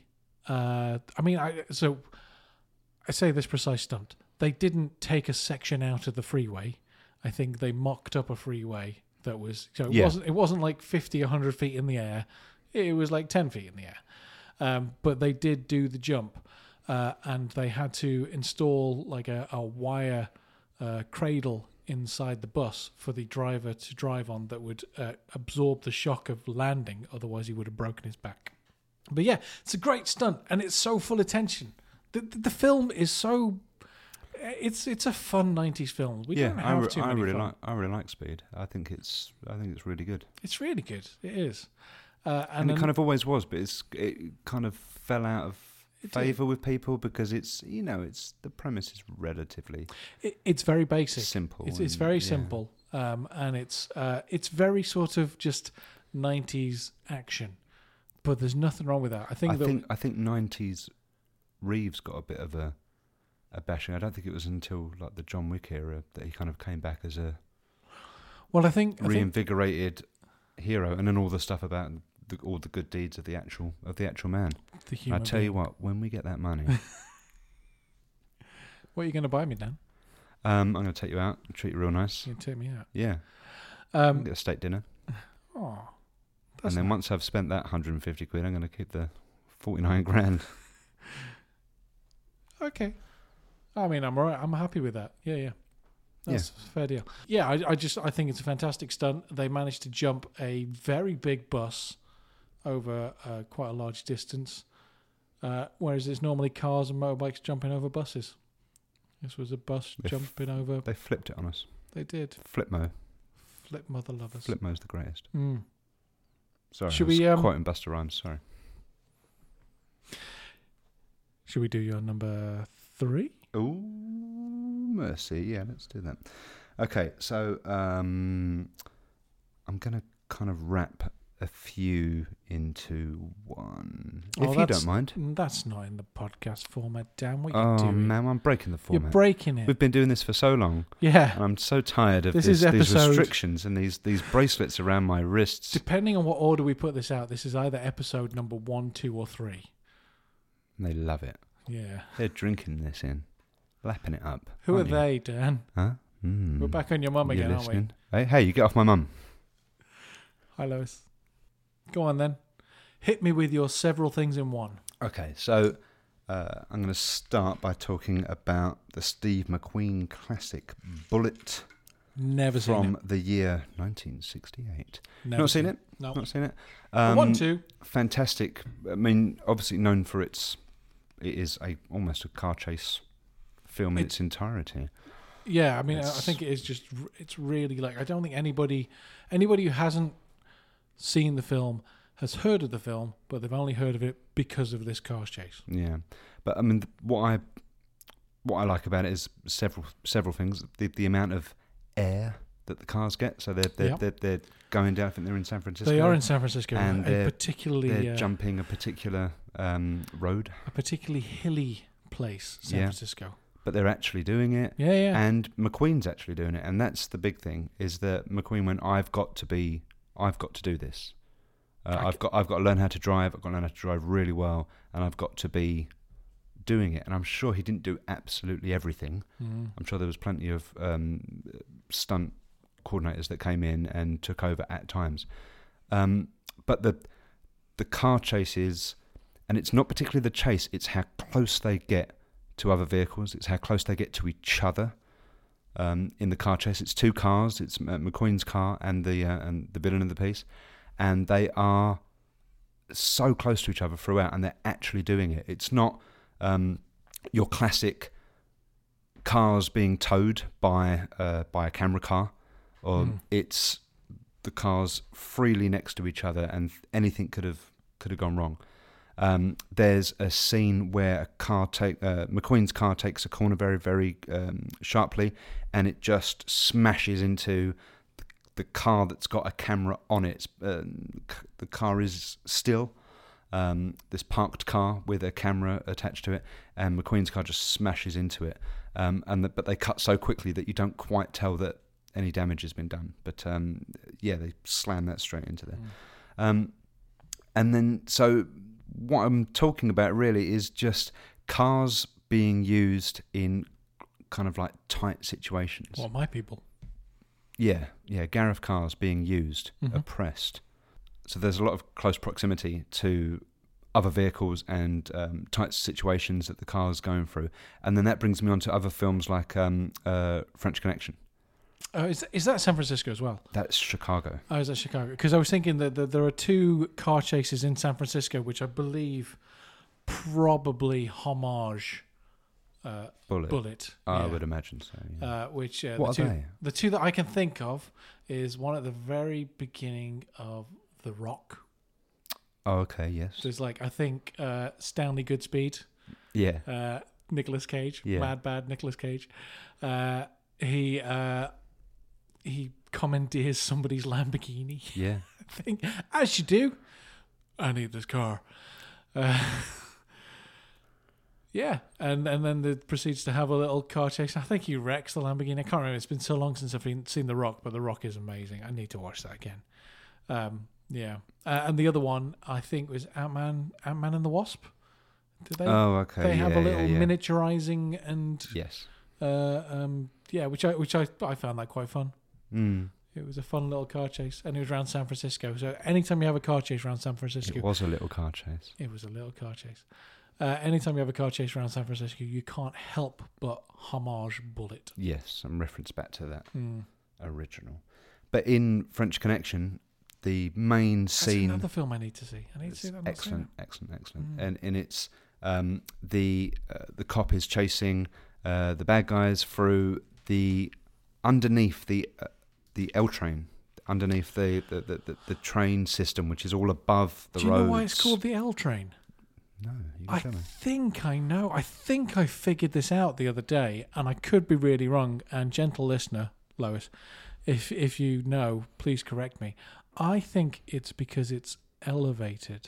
S1: Uh, I mean, I so I say this precise stunt. They didn't take a section out of the freeway. I think they mocked up a freeway that was so it
S2: Yeah.
S1: wasn't it wasn't like 50 100 feet in the air. It was like 10 feet in the air. Um, but they did do the jump, uh, and they had to install like a, a wire uh, cradle inside the bus for the driver to drive on that would uh, absorb the shock of landing. Otherwise, he would have broken his back. But yeah, it's a great stunt, and it's so full of tension. The, the, the film is so. eh, It's it's a fun '90s film. We
S2: yeah,
S1: don't
S2: I,
S1: have
S2: re-
S1: too
S2: I
S1: many.
S2: really
S1: fun.
S2: like. I really like Speed. I think it's. I think it's really good.
S1: It's really good. It is. Uh, and
S2: And, it kind of always was, but it's it kind of fell out of
S1: It did.
S2: favour with people because it's you know it's the premise is relatively
S1: it, it's very basic.
S2: simple.
S1: It's, it's
S2: and-
S1: very
S2: yeah.
S1: simple, um, and it's uh, it's very sort of just '90s action, but there's nothing wrong with that. I think
S2: I
S1: that
S2: think I think nineties Reeves got a bit of a a bashing. I don't think it was until like the John Wick era that he kind of came back as a
S1: well, I think, I think
S2: reinvigorated hero, and then all the stuff about the, all the good deeds of the actual of the actual man.
S1: the
S2: I
S1: human.
S2: tell you
S1: being-
S2: what, when we get that money,
S1: what are you going to buy me, Dan?
S2: um, I'm going to take you out, and treat you real nice.
S1: You can take me out.
S2: Yeah,
S1: Um,
S2: get a steak dinner,
S1: oh,
S2: and
S1: that's
S2: then once I've spent that 150 quid, I'm going to keep the 49 grand.
S1: Okay. I mean, I'm all right. I'm happy with that. Yeah, yeah. That's a fair deal. Yeah, I, I just I think it's a fantastic stunt. They managed to jump a very big bus over uh, quite a large distance, uh, whereas it's normally cars and motorbikes jumping over buses. This was a bus
S2: They f-
S1: jumping over.
S2: They flipped it on us.
S1: They did
S2: Flipmo,
S1: flip mother lovers.
S2: Flipmo's the greatest.
S1: Mm.
S2: Sorry,
S1: Should
S2: I was
S1: we, um,
S2: quoting Buster Rhymes. Sorry.
S1: Should we do your number three?
S2: Oh, mercy. Yeah, let's do that. Okay, so um, I'm going to kind of wrap a few into one,
S1: Oh,
S2: if you
S1: that's-
S2: don't mind.
S1: Mm, That's not in the podcast format, Dan. What are you
S2: Oh,
S1: doing?
S2: man, I'm breaking the
S1: You're
S2: format.
S1: breaking it.
S2: We've been doing this for so long,
S1: yeah.
S2: and I'm so tired of
S1: This
S2: this
S1: is
S2: these
S1: episode-
S2: restrictions and these, these bracelets around my wrists.
S1: Depending on what order we put this out, this is either episode number one, two, or three.
S2: And they love it.
S1: Yeah.
S2: They're drinking this in, lapping it up.
S1: Who are
S2: aren't you?
S1: they, Dan?
S2: Huh? Mm.
S1: We're back on your mum
S2: You
S1: again, aren't we?
S2: listening? Hey, hey, you get off my mum.
S1: Hi, Lois. Go on then. Hit me with your several things in one.
S2: Okay, so uh, I'm going to start by talking about the Steve McQueen classic Bullet
S1: Never seen
S2: from
S1: it.
S2: the year 1968.
S1: Never
S2: Not seen it?
S1: No.
S2: Not seen it.
S1: I
S2: Um,
S1: want to.
S2: Fantastic. I mean, obviously known for its. It is a almost a car chase film in
S1: It-
S2: its entirety.
S1: Yeah, I mean, I I
S2: It's-
S1: think it is just. r- It's really like I don't think anybody, anybody who hasn't seen the film has heard of the film, but they've only heard of it because of this car chase.
S2: Yeah, but I mean, th- what I what I like about it is several several things. The the amount of air that the cars get. So they're they're,
S1: Yep.
S2: they're, they're going down. I think they're in San Francisco.
S1: They are in San Francisco,
S2: And
S1: and
S2: they're-
S1: particularly
S2: They're
S1: uh,
S2: jumping a particular um, road,
S1: a particularly hilly place, San
S2: Yeah.
S1: Francisco.
S2: but they're actually doing it.
S1: Yeah, yeah,
S2: And McQueen's actually doing it, and that's the big thing is that McQueen went, "I've got to be, I've got to do this. Uh,
S1: I
S2: I've got, I've got to learn how to drive. I've got to learn how to drive really well, and I've got to be doing it." And I'm sure he didn't do absolutely everything.
S1: Mm.
S2: I'm sure there was plenty of um, stunt coordinators that came in and took over at times. Um, but the the car chases, and it's not particularly the chase; it's how close they get to other vehicles. It's how close they get to each other. Um, in the car chase, it's two cars. It's uh, McQueen's car and the uh, and the villain of the piece, and they are so close to each other throughout, and they're actually doing it. It's not um, your classic cars being towed by uh, by a camera car, or
S1: Mm.
S2: it's the cars freely next to each other, and anything could have could have gone wrong. Um, there's a scene where a car take uh, McQueen's car takes a corner very very um, sharply, and it just smashes into the, the car that's got a camera on it. Um, c- the car is still. Um, this parked car with a camera attached to it, and McQueen's car just smashes into it. Um, and the, but they cut so quickly that you don't quite tell that any damage has been done. But um, yeah, they slam that straight into there.
S1: Mm.
S2: Um, and then, so what I'm talking about really is just cars being used in kind of like tight situations.
S1: What my people?
S2: Yeah, yeah, Gareth cars being used,
S1: Mhm.
S2: oppressed. So there's a lot of close proximity to other vehicles and um, tight situations that the car's going through. And then that brings me on to other films like um, uh, French Connection.
S1: Oh, is is that San Francisco as well?
S2: That's Chicago.
S1: Oh, is that Chicago? Because I was thinking that, that there are two car chases in San Francisco, which I believe probably homage uh,
S2: Bullet.
S1: Bullet.
S2: I
S1: yeah.
S2: would imagine so. yeah.
S1: Uh, which uh,
S2: what
S1: the,
S2: are
S1: two,
S2: they?
S1: the two that I can think of is one at the very beginning of The Rock.
S2: Oh, okay, yes.
S1: So it's like I think uh, Stanley Goodspeed,
S2: Yeah.
S1: uh, Nicolas Cage,
S2: Yeah.
S1: mad bad Nicolas Cage. Uh, he uh, he commandeers somebody's Lamborghini.
S2: Yeah.
S1: thing, as you do. I need this car. Uh, yeah, and and then the, proceeds to have a little car chase. I think he wrecks the Lamborghini. I can't remember. It's been so long since I've been, seen The Rock, but The Rock is amazing. I need to watch that again. Um, yeah, uh, and the other one I think was Ant Man, Ant Man and the Wasp. Did they?
S2: oh, okay.
S1: they have
S2: yeah,
S1: a little
S2: yeah, yeah.
S1: miniaturizing and
S2: Yes.
S1: uh, um, yeah, which I which I I found that quite fun.
S2: Mm.
S1: It was a fun little car chase, and it was around San Francisco. So anytime you have a car chase around San Francisco,
S2: It was a little car chase.
S1: it was a little car chase. Uh, anytime you have a car chase around San Francisco, you can't help but homage Bullet.
S2: Yes, and reference back to that
S1: Mm.
S2: original. But in French Connection, the main
S1: That's
S2: scene.
S1: another film I need to see. I need to
S2: It's
S1: see that. I'm not seeing
S2: excellent, excellent, excellent.
S1: Mm.
S2: And and it's um, the uh, the cop is chasing uh, the bad guys through the underneath the uh, the L train, underneath the the, the, the the train system, which is all above
S1: it.
S2: the
S1: Do you
S2: roads.
S1: know why it's called the L Train?
S2: No, you can
S1: I
S2: tell me.
S1: think I know. I think I figured this out the other day, and I could be really wrong. And gentle listener, Lois, if if you know, please correct me. I think it's because it's elevated.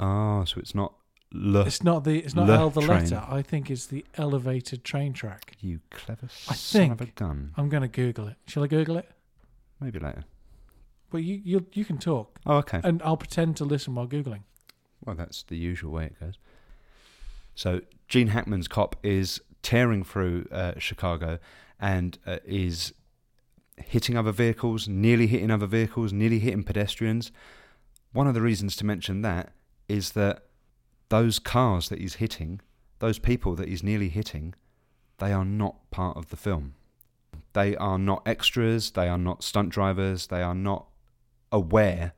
S2: Ah, so it's not le.
S1: It's not the it's not
S2: Le
S1: L the
S2: train.
S1: letter. I think it's the elevated train track.
S2: you clever
S1: I
S2: son of a
S1: think-
S2: gun.
S1: I'm gonna Google it. Shall I Google it?
S2: Maybe later.
S1: Well, you you you can talk,
S2: Oh, okay.
S1: and I'll pretend to listen while googling.
S2: Well, that's the usual way it goes. So Gene Hackman's cop is tearing through uh, Chicago and uh, is hitting other vehicles, nearly hitting other vehicles, nearly hitting pedestrians. One of the reasons to mention that is that those cars that he's hitting, those people that he's nearly hitting, they are not part of the film. They are not extras, they are not stunt drivers, they are not aware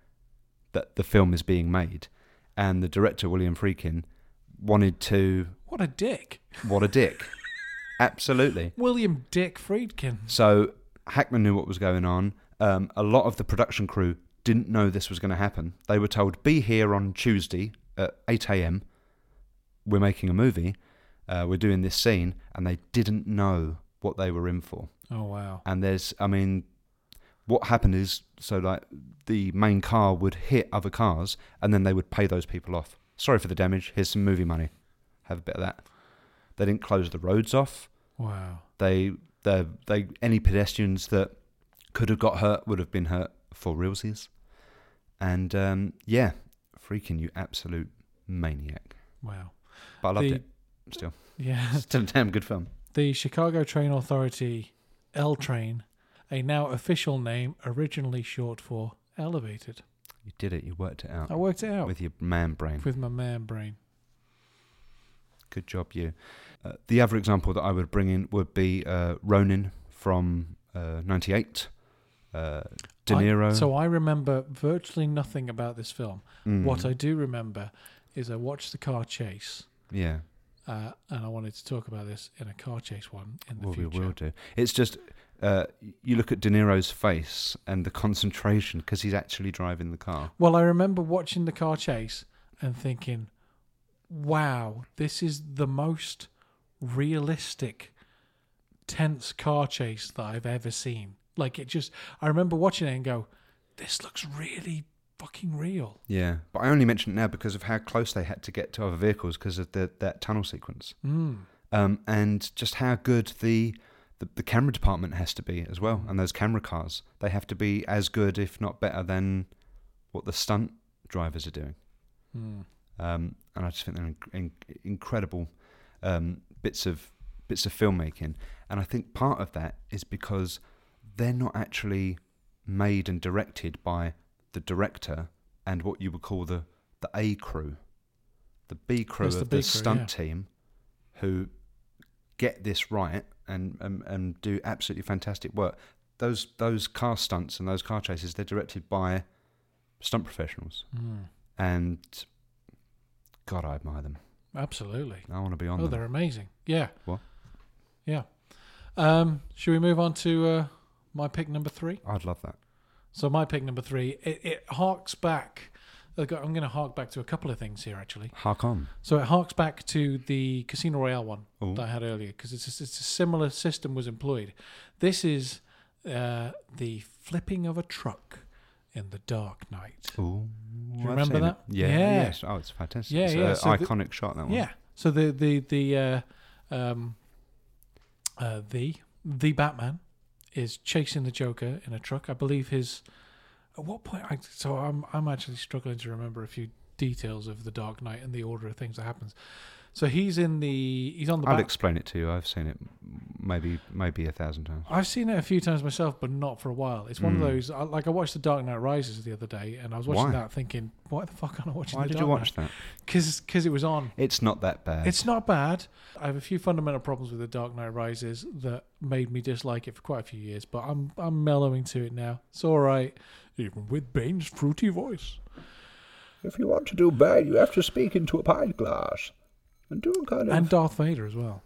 S2: that the film is being made and the director William Friedkin wanted to
S1: What a dick,
S2: what a dick. Absolutely.
S1: William Dick Friedkin.
S2: So Hackman knew what was going on. Um, a lot of the production crew didn't know this was going to happen. They were told, "Be here on Tuesday at 8 a.m. We're making a movie. Uh, we're doing this scene," and they didn't know what they were in for.
S1: Oh wow,
S2: And there's, I mean, what happened is so like the main car would hit other cars and then they would pay those people off sorry for the damage here's some movie money have a bit of that they didn't close the roads off
S1: Wow.
S2: they they they any pedestrians that could have got hurt would have been hurt for realsies and um yeah freaking you absolute maniac
S1: Wow.
S2: but i loved
S1: The-
S2: it still
S1: Yeah.
S2: it's still a damn good film
S1: The Chicago Train Authority L train, a now official name originally short for elevated.
S2: you did it you worked it out
S1: I worked it out with,
S2: with your man brain
S1: my man brain.
S2: Good job, you. Uh, the other example that I would bring in would be uh, Ronin from uh, '98. Uh, De
S1: I-
S2: Niro.
S1: so I remember virtually nothing about this film.
S2: Mm,
S1: What I do remember is I watched the car chase,
S2: yeah,
S1: uh, and I wanted to talk about this in a car chase one in the
S2: well, we
S1: future.
S2: will do. It's just uh, you look at De Niro's face and the concentration because he's actually driving the car.
S1: Well, I remember watching the car chase and thinking, wow, this is the most realistic, tense car chase that I've ever seen. Like, it just, I remember watching it and go, this looks really fucking real.
S2: Yeah, but I only mention it now because of how close they had to get to other vehicles because of the, that tunnel sequence,
S1: Mm.
S2: um, and just how good the, the the camera department has to be as well, and those camera cars they have to be as good, if not better, than what the stunt drivers are doing.
S1: Mm.
S2: um, and I just think they're in, in, incredible um, bits of bits of filmmaking. And I think part of that is because they're not actually made and directed by the director and what you would call the the A crew, the B crew
S1: Yes, the
S2: of
S1: B
S2: the
S1: crew,
S2: stunt
S1: yeah.
S2: team, who get this right and, and and do absolutely fantastic work. Those those car stunts and those car chases they're directed by stunt professionals
S1: Mm.
S2: and God, I admire them.
S1: Absolutely.
S2: I want to be on
S1: Oh,
S2: them.
S1: they're amazing. Yeah.
S2: What?
S1: Yeah. Um, should we move on to uh, my pick number three?
S2: I'd love that.
S1: So my pick number three, it, it harks back. I've got- I'm going to hark back to a couple of things here, actually.
S2: Hark on.
S1: So it harks back to the Casino Royale one
S2: Ooh.
S1: that I had earlier because it's a, it's a similar system was employed. This is uh, the flipping of a truck in the dark night.
S2: Ooh, I've
S1: remember
S2: seen it.
S1: that?
S2: Yeah.
S1: Yeah.
S2: Yes. Oh, it's fantastic.
S1: Yeah,
S2: it's
S1: yeah,
S2: a
S1: so the-
S2: iconic shot that one.
S1: Yeah. So the the the uh, um, uh, the the Batman is chasing the Joker in a truck. I believe his at what point? I, so I'm I'm actually struggling to remember a few details of the Dark Knight and the order of things that happens. So he's in the he's on the.
S2: I'll
S1: Bat-
S2: explain it to you. I've seen it m- maybe maybe a thousand times.
S1: I've seen it a few times myself, but not for a while. It's one of
S2: Mm.
S1: those I, like I watched The Dark Knight Rises the other day, and I was watching
S2: Why?
S1: that thinking, "Why the fuck am I watching?"
S2: Why
S1: the
S2: did
S1: Dark
S2: you watch that?
S1: Because it was on.
S2: It's not that bad.
S1: It's not bad. I have a few fundamental problems with The Dark Knight Rises that made me dislike it for quite a few years, but I'm I'm mellowing to it now. It's all right, even with Bane's fruity voice.
S3: If you want to do bad, you have to speak into a pint glass. And do a kind of.
S1: And Darth Vader as well.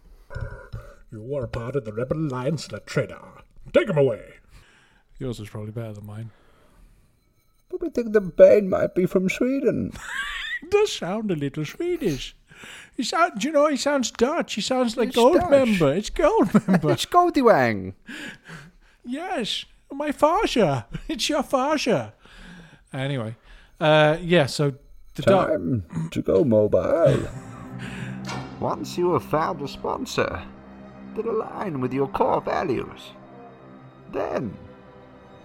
S4: You are part of the Rebel Alliance, Latrina. Take him away.
S1: Yours is probably better than mine.
S3: But we think the Bane might be from Sweden.
S1: It does sound a little Swedish. He sound, do you know, he sounds Dutch. He sounds like
S2: It's
S1: Goldmember.
S2: Dutch.
S1: It's Goldmember.
S2: it's Goldywang.
S1: yes, my fascia. It's your fascia. Anyway, uh, yeah. So the Dark.
S3: Time to go mobile.
S5: Once you have found a sponsor that align with your core values, then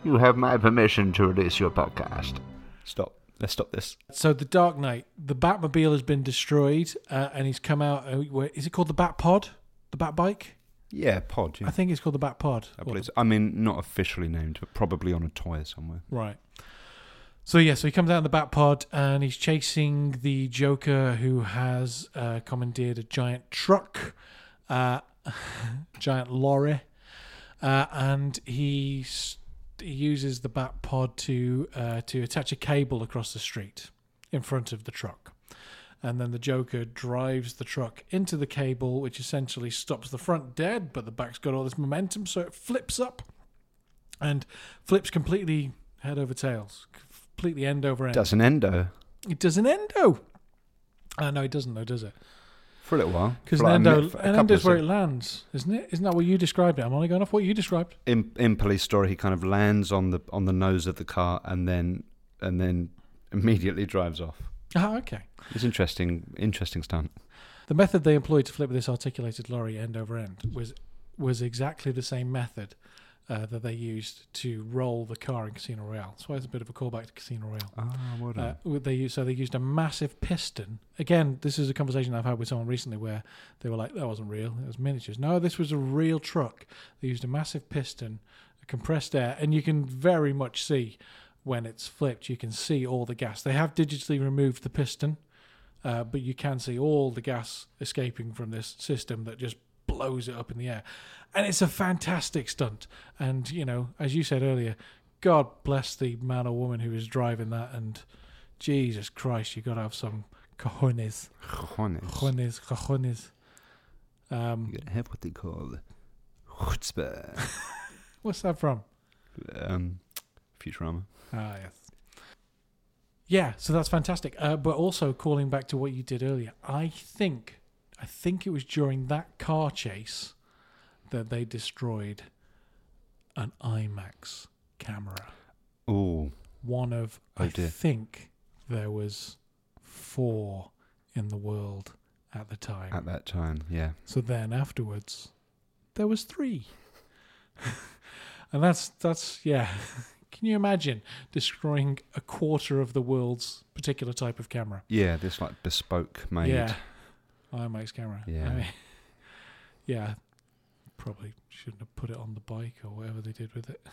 S5: you have my permission to release your podcast.
S2: Stop. Let's stop this.
S1: So the Dark Knight, the Batmobile has been destroyed, uh, and he's come out. Uh, where, is it called the Batpod? The Batbike?
S2: Yeah, pod.
S3: Mm.
S2: Yeah.
S1: I think it's called the Batpod.
S2: I,
S1: Or
S2: believe
S1: the-
S2: so. I mean, not officially named, but probably on a toy somewhere.
S1: Right. So yeah, so he comes out in the Batpod, and he's chasing the Joker, who has uh, commandeered a giant truck, uh, giant lorry, uh, and he, s he uses the Batpod to uh, to attach a cable across the street in front of the truck. and then the Joker drives the truck into the cable, which essentially stops the front dead, but the back's got all this momentum, so it flips up and flips completely head over tails, completely end over end.
S2: That's an endo.
S1: It does an endo. Uh, no, it doesn't, though, does it?
S2: for a little while.
S1: Because
S2: For like a
S1: Nando,
S2: minute, for a couple
S1: Nando's
S2: of
S1: where
S2: sec-
S1: it lands, isn't it? Isn't that what you described it? I'm only going off what you described.
S2: in in police story he kind of lands on the on the nose of the car and then and then immediately drives off.
S1: Ah, okay.
S2: It's interesting interesting stunt.
S1: The method they employed to flip this articulated lorry end over end was was exactly the same method uh, that they used to roll the car in Casino Royale. That's why it's a bit of a callback to Casino Royale.
S2: Ah, what
S1: Uh, with- they used, so they used a massive piston. Again, this is a conversation I've had with someone recently where they were like, "That wasn't real. It was miniatures." No, this was a real truck. They used a massive piston, compressed air, and you can very much see when it's flipped. You can see all the gas. They have digitally removed the piston, uh, but you can see all the gas escaping from this system that just blows it up in the air. And it's a fantastic stunt. And you know, as you said earlier, God bless the man or woman who is driving that and. Jesus Christ, you got to have some cojones,
S2: Cojones.
S1: cojones, cojones. Um,
S2: You gotta have what they call chutzpah.
S1: what's that from?
S2: um, Futurama.
S1: Ah, yes. Yeah, so that's fantastic. Uh, but also calling back to what you did earlier, I think, I think it was during that car chase that they destroyed an IMAX camera.
S2: Oh,
S1: One of,
S2: Oh,
S1: I
S2: dear.
S1: think there was four in the world at the time.
S2: at that time, yeah.
S1: So then afterwards, there was three. and that's that's yeah. Can you imagine destroying a quarter of the world's particular type of camera?
S2: Yeah, this like bespoke made.
S1: Yeah, IMAX camera.
S2: Yeah.
S1: yeah, probably shouldn't have put it on the bike or whatever they did with it.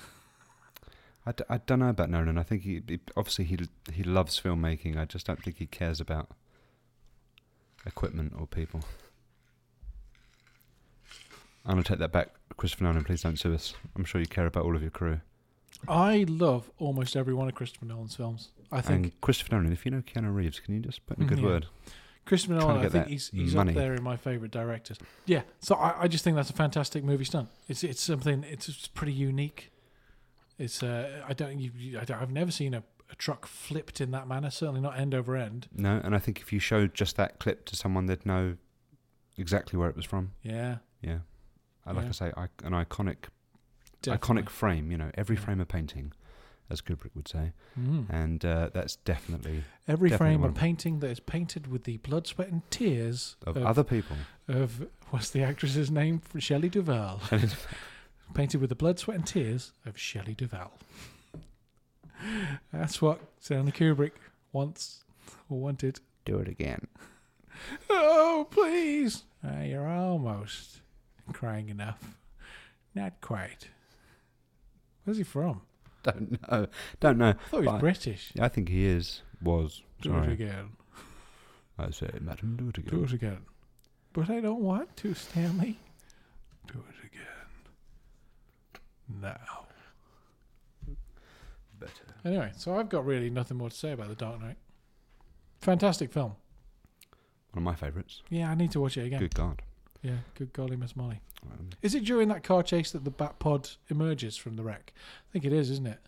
S2: I, d- I don't know about Nolan. I think he, he obviously he he loves filmmaking. I just don't think he cares about equipment or people. I'm gonna take that back, Christopher Nolan. Please don't sue us. I'm sure you care about all of your crew.
S1: I love almost every one of Christopher Nolan's films. I think
S2: And Christopher Nolan, if you know Keanu Reeves, can you just put in a
S1: Mm,
S2: good
S1: yeah.
S2: word?
S1: Christopher
S2: Trying to
S1: Nolan, I
S2: get
S1: think
S2: that
S1: he's, he's
S2: money.
S1: up there in my favourite directors. Yeah, so I, I just think that's a fantastic movie stunt. It's it's something it's, it's pretty unique. It's uh, I don't you, you- I don't, I've never seen a, a truck flipped in that manner. Certainly not end over end.
S2: No, and I think if you showed just that clip to someone, they'd know exactly where it was from.
S1: Yeah,
S2: Yeah, Uh, like
S1: Yeah.
S2: I say, I, an iconic
S1: definitely.
S2: iconic frame. You know, every
S1: Yeah.
S2: frame a painting, as Kubrick would say,
S1: Mm.
S2: and uh, that's definitely.
S1: Every
S2: definitely
S1: frame
S2: one
S1: a
S2: of them.
S1: painting that is painted with the blood, sweat, and tears
S2: of
S1: of,
S2: other people.
S1: of- what's the actress's name? Shelley Duvall. painted with the blood, sweat, and tears of Shelley Duvall. That's what Stanley Kubrick wants or wanted.
S2: Do it again.
S1: Oh, please! Ah, you're almost crying enough. Not quite. Where's he from?
S2: Don't know. Don't know.
S1: I thought he was
S2: Bye.
S1: British.
S2: I think he is. Was.
S1: Do it
S2: Sorry.
S1: again.
S2: I say, madam, do it
S1: Do
S2: again.
S1: it again. But I don't want to, Stanley. Do it again. Now.
S2: Better.
S1: Anyway, so I've got really nothing more to say about The Dark Knight. Fantastic film.
S2: One of my favourites.
S1: Yeah, I need to watch it again.
S2: Good God.
S1: Yeah, good golly, Miss Molly.
S2: Um,
S1: Is it during that car chase that the bat pod emerges from the wreck? I think it is, isn't it?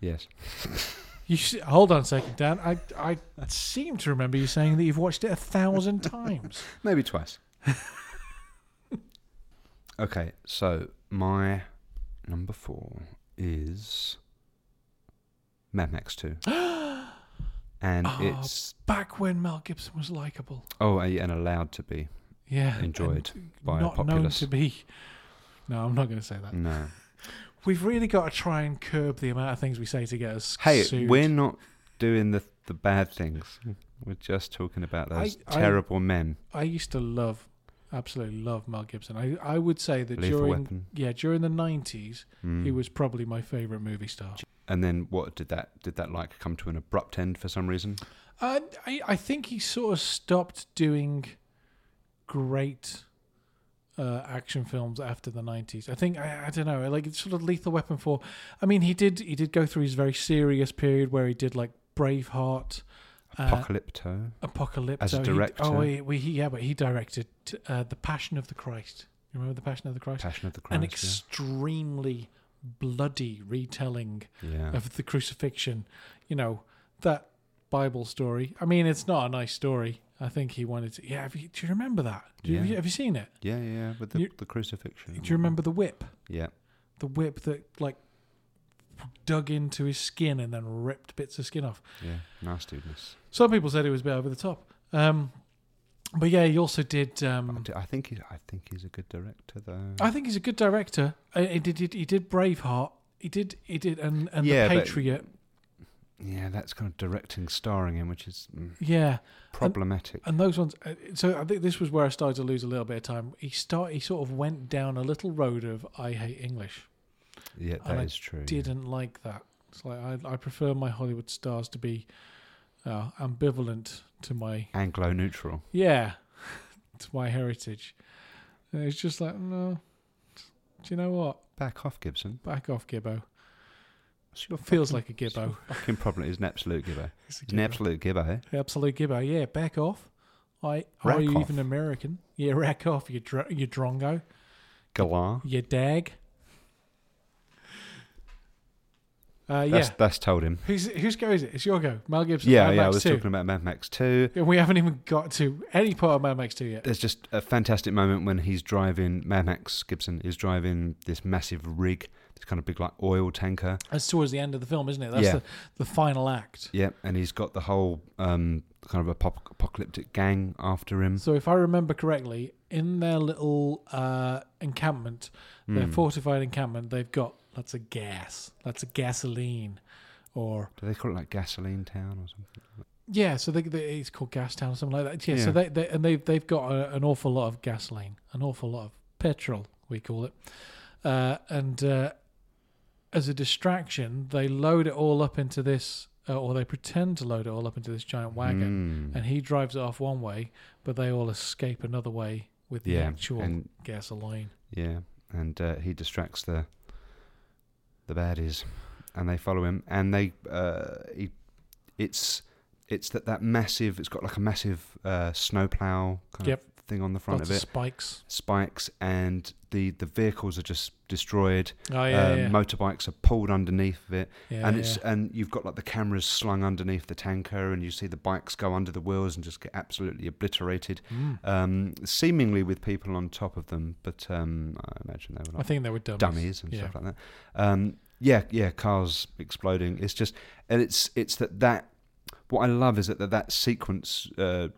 S2: yes.
S1: You s hold on a second, Dan. I I seem to remember you saying that you've watched it a thousand times.
S2: Maybe twice. okay, so my number four is Mad Max 2. and
S1: Oh.
S2: it's.
S1: Back when Mel Gibson was likable.
S2: Oh, and allowed to be.
S1: Yeah,
S2: Enjoyed
S1: and
S2: by a
S1: not known
S2: populace. Mm.
S1: to be. No, I'm not going to say that.
S2: No.
S1: We've really got to try and curb the amount of things we say to get us.
S2: Hey,
S1: sued.
S2: we're not doing the the bad things. We're just talking about
S1: I-
S2: those
S1: I-
S2: terrible men.
S1: I used to love, absolutely love Mel Gibson. I I would say that
S2: Lethal
S1: during
S2: Weapon.
S1: yeah during the 90s,
S2: Mm.
S1: he was probably my favorite movie star.
S2: And then what did that did that like come to an abrupt end for some reason?
S1: Uh, I, I think he sort of stopped doing great uh, action films after the nineties. I think I, I don't know, like it's sort of Lethal Weapon four. I mean, he did he did go through his very serious period where he did like Braveheart, uh,
S2: Apocalypto.
S1: Apocalypto.
S2: As a
S1: He-
S2: director.
S1: oh, he, we, he, yeah, but he directed uh, the Passion of the Christ. You remember the Passion of the Christ?
S2: Passion of the
S1: An
S2: Christ.
S1: extremely bloody retelling
S2: yeah. yeah.
S1: of the crucifixion. You know that Bible story. I mean, it's not a nice story. I think he wanted to. Yeah, have you, do you remember that? Do you,
S2: Yeah. Mm-hmm.
S1: Have you seen it?
S2: Yeah, yeah, yeah, with the,
S1: You-
S2: the crucifixion.
S1: Do you remember the whip?
S2: Yeah.
S1: The whip that like dug into his skin and then ripped bits of skin off.
S2: Yeah, nastiness.
S1: Some people said it was a bit over the top. Um, but yeah, he also did. Um,
S2: I think he, I think he's a good director though.
S1: I think he's a good director. Uh, He did. He did Braveheart. He did. He did. And and
S2: Yeah,
S1: the
S2: but-
S1: Patriot.
S2: yeah, that's kind of directing, starring in, which is mm,
S1: Yeah.
S2: problematic.
S1: And those ones. uh, So I think this was where I started to lose a little bit of time. He start. He sort of went down a little road of I hate English.
S2: yeah, that is
S1: and I uh,
S2: true.
S1: Didn't like that. It's like I, I prefer my Hollywood stars to be uh, ambivalent to my
S2: Anglo neutral.
S1: yeah to my heritage. And it's just like no. Do you know what?
S2: Back off, Gibson.
S1: Back off, Gibbo.
S2: It's your
S1: Feels
S2: fucking-
S1: like a Gibbo.
S2: fucking problem. It's an absolute gibbo.
S1: It's a
S2: It's an
S1: Gibbo.
S2: absolute eh? gibbo.
S1: Absolute gibbo, yeah. Back off. I
S2: Rack
S1: are you
S2: off.
S1: even American? Yeah, rack off. You dr- you drongo.
S2: Galah.
S1: You dag. Uh,
S2: That's
S1: yeah.
S2: that's told him.
S1: Who's whose go is it? It's your go. Mel Gibson.
S2: Yeah,
S1: Mad
S2: yeah. I
S1: Max
S2: was
S1: 2.
S2: talking about Mad Max Two.
S1: Yeah, We haven't even got to any part of Mad Max Two yet.
S2: There's just a fantastic moment when he's driving. Mad Max Gibson is driving this massive rig, this kind of big like oil tanker.
S1: That's towards the end of the film, isn't it? That's
S2: Yeah.
S1: the, the final act.
S2: Yeah, and he's got the whole um, kind of apop- apocalyptic gang after him.
S1: So if I remember correctly, in their little uh, encampment, their
S2: Hmm.
S1: fortified encampment, they've got lots of gas, lots of gasoline, or
S2: Do they call it like Gasoline Town or something?
S1: Yeah, so they, they, it's called Gastown, something like that. Yeah, so
S2: Yeah.
S1: they, they and they've they've got a, an awful lot of gasoline, an awful lot of petrol, we call it, uh, and uh, as a distraction, they load it all up into this, uh, or they pretend to load it all up into this giant
S2: Mm. Hmm.
S1: wagon, and he drives it off one way, but they all escape another way with the
S2: Yeah,
S1: actual
S2: and-
S1: gasoline.
S2: Yeah, and uh, he distracts the the baddies, and they follow him, and they uh, he, it's it's that that massive. It's got like a massive uh, snowplow kind
S1: Yep.
S2: of thing on the front
S1: Lots of
S2: of it.
S1: spikes.
S2: Spikes and the, the vehicles are just destroyed.
S1: Oh yeah,
S2: uh,
S1: yeah.
S2: Motorbikes are pulled underneath of it.
S1: yeah,
S2: and it's
S1: yeah.
S2: and you've got like the cameras slung underneath the tanker, and you see the bikes go under the wheels and just get absolutely obliterated,
S1: Mm.
S2: um, seemingly with people on top of them. But um, I imagine they were
S1: I
S2: like
S1: think they were dummies.
S2: dummies and
S1: yeah.
S2: stuff like that. Um, yeah, yeah, cars exploding. It's just, and it's it's that that what I love is that that, that sequence. Uh,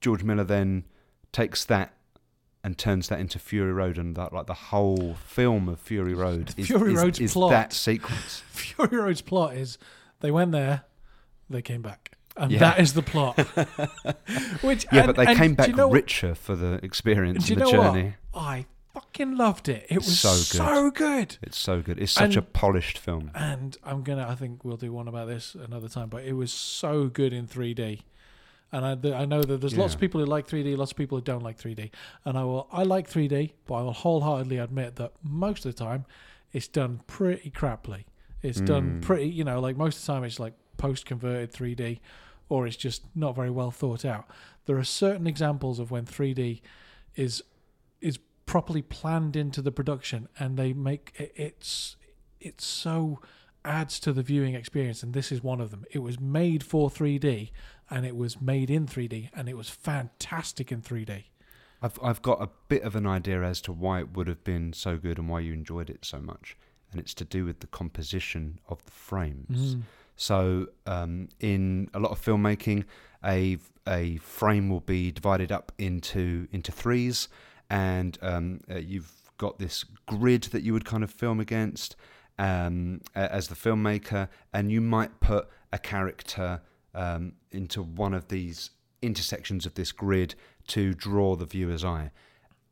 S2: George Miller then takes that. And turns that into Fury Road, and that like the whole film of Fury Road is,
S1: Fury
S2: is,
S1: Road's
S2: is
S1: plot.
S2: that sequence.
S1: Fury Road's plot is they went there, they came back. And
S2: Yeah.
S1: that is the plot. Which
S2: Yeah,
S1: and-
S2: but they
S1: and
S2: came
S1: do
S2: back
S1: you know what-
S2: richer for the experience
S1: do you
S2: and the
S1: know
S2: journey.
S1: What? I fucking loved it. It was so
S2: so
S1: good. so good.
S2: good. It's so good. It's such a
S1: And-
S2: polished film.
S1: And I'm gonna. I think we'll do one about this another time. But it was so good in 3D. And I, th- I know that there's lots of
S2: Yeah.
S1: people who like 3D, lots of people who don't like 3D. And I will. I like 3D, but I will wholeheartedly admit that most of the time, it's done pretty crappily. It's done pretty. You know, like most of the time, it's like post-converted 3D, or it's just not very well thought out. There are certain examples of when 3D is is properly planned into the production and they make it, it's it's so adds to the viewing experience and this is one of them it was made for 3d and it was made in 3d and it was fantastic in 3d
S2: I've I've got a bit of an idea as to why it would have been so good and why you enjoyed it so much, and it's to do with the composition of the frames. So, um, in a lot of filmmaking, a a frame will be divided up into into threes, and um, uh, you've got this grid that you would kind of film against um, a- as the filmmaker, and you might put a character um, into one of these intersections of this grid to draw the viewer's eye.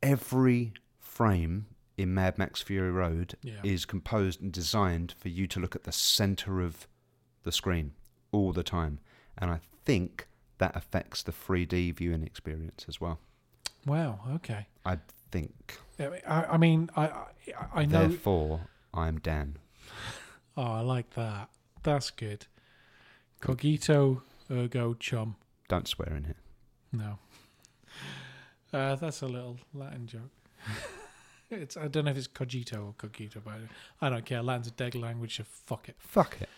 S2: Every frame in Mad Max Fury Road
S1: Yeah.
S2: is composed and designed for you to look at the center of the screen all the time. And I think that affects the 3D viewing experience as well.
S1: wow okay
S2: I think.
S1: i mean i, I, mean, I, I, I know
S2: Therefore, I'm Dan.
S1: oh i like that that's good cogito ergo chum
S2: Don't swear in here.
S1: no uh, that's a little latin joke it's i don't know if it's cogito or cogito but i don't care latin's a dead language so fuck it
S2: Fuck it.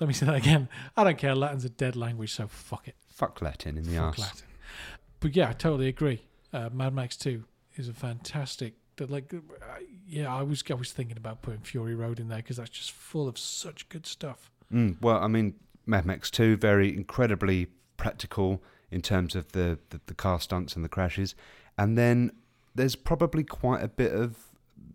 S1: Let me say that again. I don't care. Latin's a dead language, so fuck it.
S2: Fuck Latin in the
S1: Fuck
S2: arse.
S1: Latin. But yeah, I totally agree. Uh, Mad Max Two is a fantastic. that, Like, I- yeah, I was I was thinking about putting Fury Road in there because that's just full of such good stuff.
S2: Mm, well, I mean, Mad Max 2, very incredibly practical in terms of the, the, the car stunts and the crashes. And then there's probably quite a bit of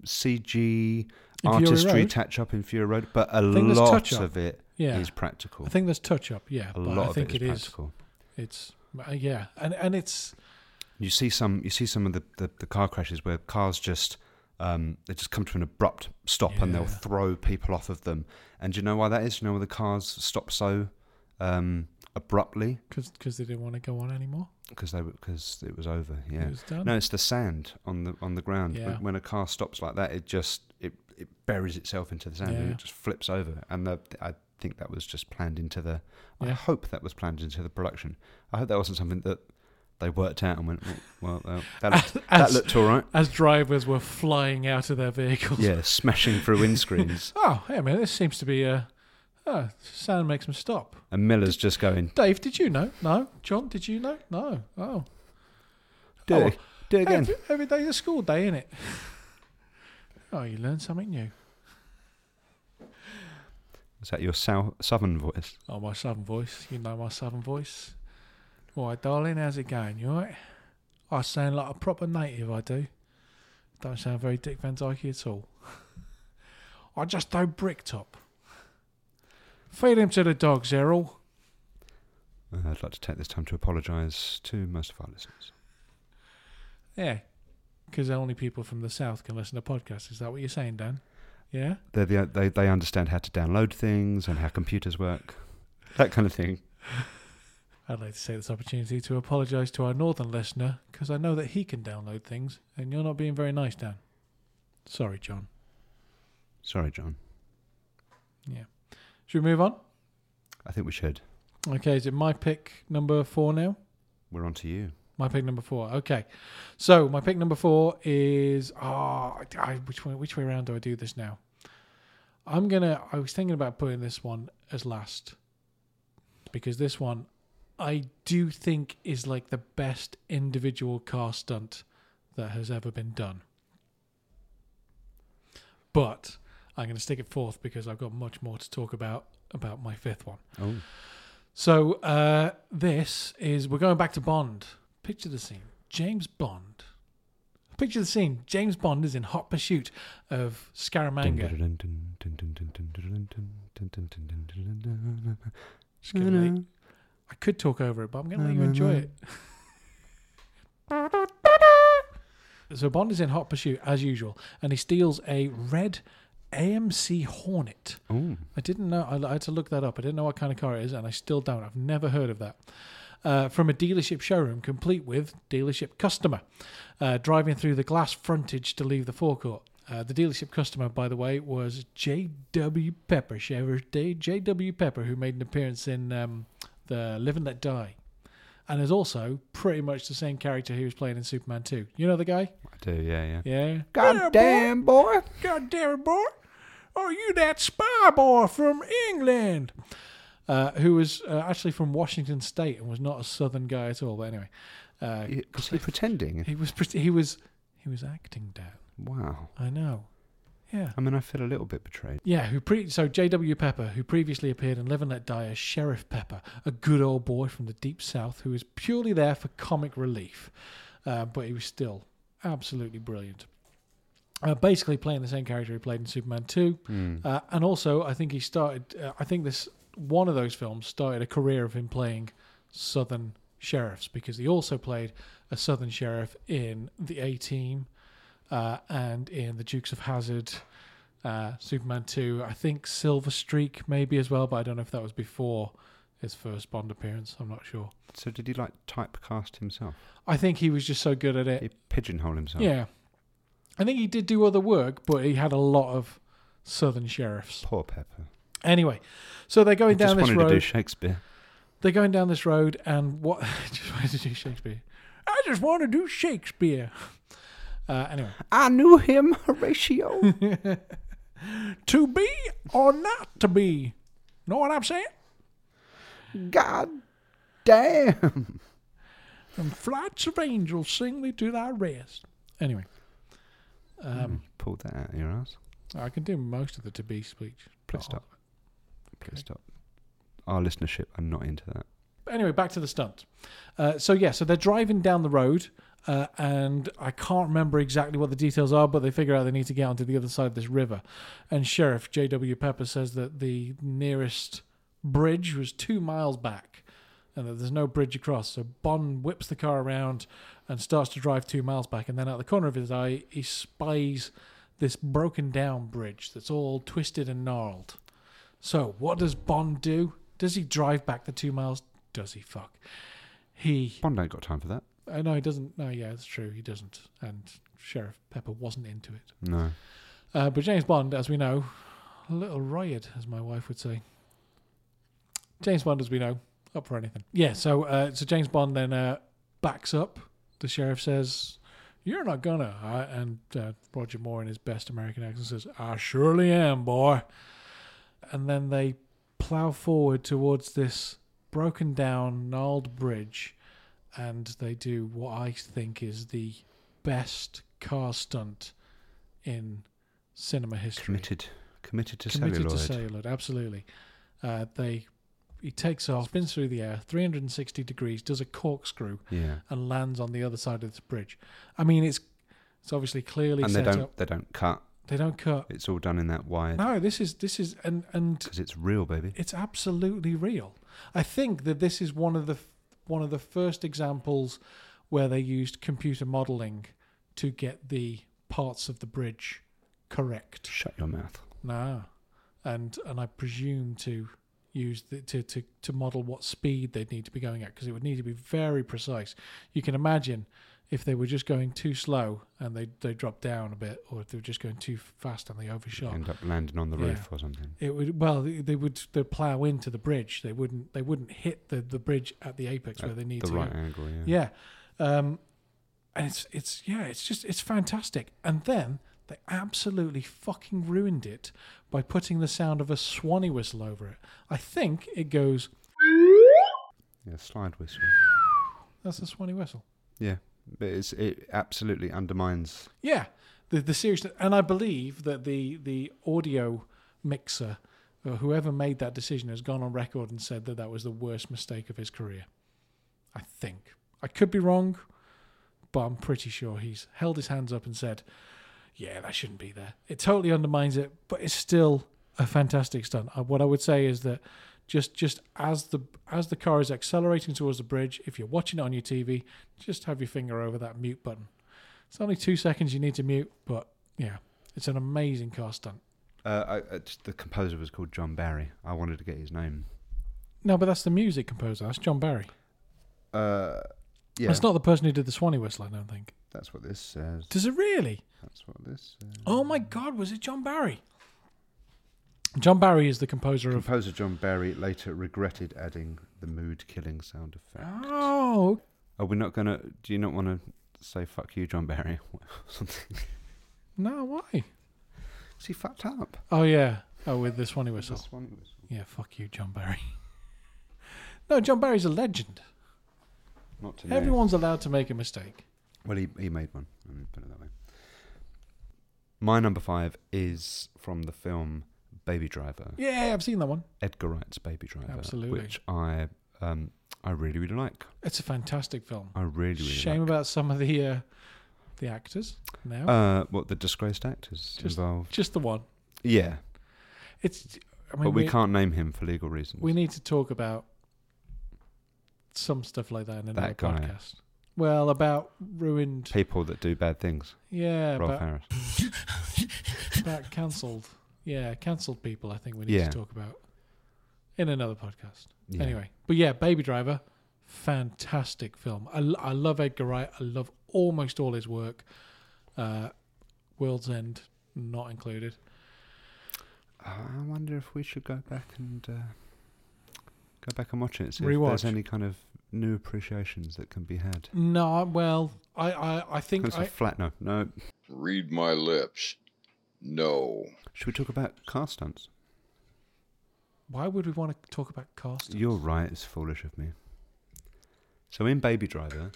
S2: CG
S1: In Fury
S2: artistry
S1: Road?
S2: touch up in Fury Road, but a
S1: think there's
S2: lot
S1: touch-up.
S2: of it is
S1: Yeah.
S2: practical.
S1: I think there's touch up, yeah,
S2: a
S1: but
S2: lot
S1: I
S2: of
S1: think
S2: it is
S1: it is.
S2: practical.
S1: It's uh, yeah, and and it's
S2: You see some you see some of the, the, the car crashes where cars just um, they just come to an abrupt stop and they'll
S1: Yeah.
S2: throw people off of them. And do you know why that is? Do you know why the cars stop so um, abruptly?
S1: because they didn't want to go on anymore.
S2: because they because it was over. Yeah,
S1: It was done.
S2: no, it's the sand on the on the ground.
S1: Yeah.
S2: When, when a car stops like that, it just it, it buries itself into the sand and
S1: Yeah.
S2: it just flips over. And the, I think that was just planned into the. I
S1: Yeah.
S2: hope that was planned into the production. I hope that wasn't something that they worked out and went. Well, well uh, that looked, that
S1: As-
S2: looked all right.
S1: As drivers were flying out of their vehicles.
S2: Yeah, smashing through windscreens.
S1: Oh, hey man, this seems to be a. Oh, sound makes them stop.
S2: and Miller's just going.
S1: Dave, did you know? No. John, did you know? No. Oh.
S2: Do
S1: Oh,
S2: it, do it again.
S1: Every, every day's a school day, innit? Oh, you learn something new.
S2: Is that your south, southern voice?
S1: Oh, my southern voice. You know my southern voice. All right, darling, how's it going? You all right? I sound like a proper native, I do. Don't sound very Dick Van Dyke at all. I just do brick top. Feed him to the dogs, Errol.
S2: Uh, I'd like to take this time to apologise to most of our listeners.
S1: Yeah. Because only people from the south can listen to podcasts. Is that what you're saying, Dan? Yeah?
S2: They're the, they they understand how to download things and how computers work, that kind of thing.
S1: I'd like to take this opportunity to apologise to our northern listener because I know that he can download things and you're not being very nice, Dan. Sorry, John.
S2: Sorry, John.
S1: Should we move on?
S2: I think we should.
S1: Okay, is it my pick number four now?
S2: We're on to you.
S1: My pick number four. Okay, so my pick number four is ah, I, which way which way around do I do this now? I'm gonna. I was thinking about putting this one as last because this one I do think is like the best individual car stunt that has ever been done. But I'm gonna stick it fourth because I've got much more to talk about about my fifth one.
S2: Oh,
S1: So uh, this is we're going back to Bond. Picture the scene: James Bond. Picture the scene: James Bond is in hot pursuit of Scaramanga. Just gonna let- I could talk over it, but I'm going to let you enjoy it. so Bond is in hot pursuit as usual, and he steals a red AMC Hornet.
S2: Oh,
S1: I didn't know. I, I had to look that up. I didn't know what kind of car it is, and I still don't. I've never heard of that. Uh, from a dealership showroom, complete with dealership customer, uh, driving through the glass frontage to leave the forecourt. Uh, the dealership customer, by the way, was J.W. Pepper, Sheriff Day J.W. Pepper, who made an appearance in um, the Live and Let Die, and is also pretty much the same character he was playing in Superman 2. You know the guy?
S2: I do. Yeah, yeah.
S1: Yeah.
S3: God damn, boy.
S1: God damn it, boy. Are you that spy boy from England? Uh, who was uh, actually from Washington State and was not a Southern guy at all. But anyway, uh,
S2: He- Was he pretending?
S1: he was pretty, he was he was acting down.
S2: Wow.
S1: I know. Yeah.
S2: I mean, I feel a little bit betrayed.
S1: Yeah, who pre- so J.W. Pepper, who previously appeared in Live and Let Die as Sheriff Pepper, a good old boy from the deep south who is purely there for comic relief, uh, but he was still absolutely brilliant. Uh, basically playing the same character he played in Superman 2. Uh, and also, I think he started, uh, I think this one of those films started a career of him playing Southern sheriffs because he also played a Southern sheriff in The A Team uh, and in The Dukes of Hazard, uh, Superman 2, I think Silver Streak maybe as well, but I don't know if that was before his first Bond appearance. I'm not sure.
S2: So did he like typecast himself?
S1: I think he was just so good at it.
S2: He pigeonhole himself.
S1: Yeah. I think he did do other work, but he had a lot of Southern sheriffs.
S2: Poor Pepper.
S1: Anyway, so they're going
S2: He just
S1: down this
S2: wanted to do
S1: road.
S2: Shakespeare.
S1: they're going down this road, and what? just wanted to do Shakespeare. I just want to do Shakespeare. Uh, anyway,
S3: I knew him, Horatio.
S1: to be or not to be. Know what I'm saying?
S5: God
S1: Um,
S5: damn.
S1: And flights of angels sing thee to thy rest. Anyway, um,
S2: Pulled that out of your ass.
S1: I can do most of the to be speech.
S2: Hmm. Please
S1: Not all
S2: stop. Please stop. Our listenership are not into that.
S1: anyway, back to the stunt. Uh, so yeah, so they're driving down the road, uh, and I can't remember exactly what the details are, but they figure out they need to get onto the other side of this river. And Sheriff J.W. Pepper says that the nearest bridge was two miles back, and that there's no bridge across. So Bond whips the car around and starts to drive two miles back, and then out the corner of his eye, he spies this broken down bridge that's all twisted and gnarled. So, what does Bond do? Does he drive back the two miles? Does he fuck? He.
S2: Bond ain't got time for that.
S1: Oh, no, he doesn't. No, yeah, it's true. He doesn't. And Sheriff Pepper wasn't into it.
S2: No.
S1: Uh, but James Bond, as we know, a little riot, as my wife would say. James Bond, as we know, up for anything. Yeah, so uh, so James Bond then uh, backs up. The sheriff says, "You're not gonna." I, and uh, Roger Moore, in his best American accent, says, "I surely am, boy." And then they plow forward towards this broken down, gnarled bridge, and they do what I think is the best car stunt in cinema history
S2: Committed. Committed to
S1: committed
S2: celluloid.
S1: to celluloid. Absolutely. Uh, they he takes off, spins through the air, 360 degrees, does a corkscrew,
S2: yeah.
S1: and lands on the other side of this bridge. I mean, it's it's obviously clearly
S2: And they
S1: set
S2: don't.
S1: up.
S2: They don't cut.
S1: They don't cut.
S2: It's all done in that wired.
S1: No, this is this is and and
S2: Because it's real, baby.
S1: it's absolutely real. I think that this is one of the f- one of the first examples where they used computer modeling to get the parts of the bridge correct.
S2: Shut your mouth.
S1: No, and and I presume to use the, to to to model what speed they'd need to be going at because it would need to be very precise. You can imagine if they were just going too slow and they they dropped down a bit, or if they were just going too fast and they overshot.
S2: End up landing on the
S1: Yeah.
S2: roof or something.
S1: It would well they they would they plow into the bridge. They wouldn't they wouldn't hit the the bridge at the apex where
S2: At
S1: they need
S2: the
S1: to.
S2: right
S1: go.
S2: angle. Yeah.
S1: Yeah. Um, and it's it's yeah, it's just it's fantastic. And then they absolutely fucking ruined it by putting the sound of a swanee whistle over it. I think it goes
S2: Yeah. Slide whistle.
S1: that's a swanee whistle.
S2: Yeah. But it's, it absolutely undermines.
S1: Yeah. The the seriousness and I believe that the the audio mixer or whoever made that decision has gone on record and said that that was the worst mistake of his career. I think. I could be wrong, but I'm pretty sure he's held his hands up and said, yeah, that shouldn't be there. It totally undermines it, but it's still a fantastic stunt. Uh, what I would say is that just just as the as the car is accelerating towards the bridge, if you're watching it on your TV, just have your finger over that mute button. It's only two seconds you need to mute, but yeah, it's an amazing car stunt.
S2: Uh, I, I just- the composer was called John Barry. I wanted to get his name.
S1: No, but that's the music composer. That's John Barry.
S2: Uh, yeah.
S1: That's not the person who did the Swanee Whistle, I don't think.
S2: That's what this says.
S1: Does it really?
S2: That's what this says.
S1: Oh my God, was it John Barry? John Barry is the composer of.
S2: Composer John Barry later regretted adding the mood killing sound effect.
S1: Oh,
S2: Are we not going to. Do you not want to say fuck you, John Barry? or something?
S1: no, why?
S2: Is he fucked up?
S1: Oh yeah. Oh, with the Swanee whistle.
S2: That's one was-
S1: Yeah, fuck you, John Barry. no, John Barry's a legend.
S2: Not to me.
S1: Everyone's allowed to make a mistake.
S2: Well, he, he made one. Let me put it that way. My number five is from the film Baby Driver,
S1: Yeah, I've seen that one.
S2: Edgar Wright's Baby Driver,
S1: Absolutely.
S2: which I um, I really really like.
S1: It's a fantastic film.
S2: I really really
S1: Shame
S2: like.
S1: about some of the uh, the actors now.
S2: Uh, what the disgraced actors
S1: Just-
S2: involved?
S1: Just the one.
S2: Yeah,
S1: It's. I mean,
S2: but we,
S1: we
S2: can't name him for legal reasons.
S1: We need to talk about some stuff like that in another
S2: guy.
S1: podcast. Well, about ruined.
S2: People that do bad things.
S1: Yeah,
S2: Rolf
S1: about,
S2: Harris.
S1: about cancelled. Yeah, cancelled people. I think we need
S2: Yeah.
S1: to talk about in another podcast.
S2: Yeah.
S1: Anyway, but yeah, Baby Driver, fantastic film. I, l- I love Edgar Wright. I love almost all his work. Uh, World's End not included.
S2: I wonder if we should go back and uh, go back and watch it. See if
S1: Rewatch.
S2: there's any kind of new appreciations that can be had.
S1: No, well, I I, I think
S2: That's a
S1: I,
S2: flat no. No.
S6: Read my lips. No.
S2: Should we talk about car stunts?
S1: Why would we want to talk about Carstens?
S2: You're right. It's foolish of me. So in Baby Driver,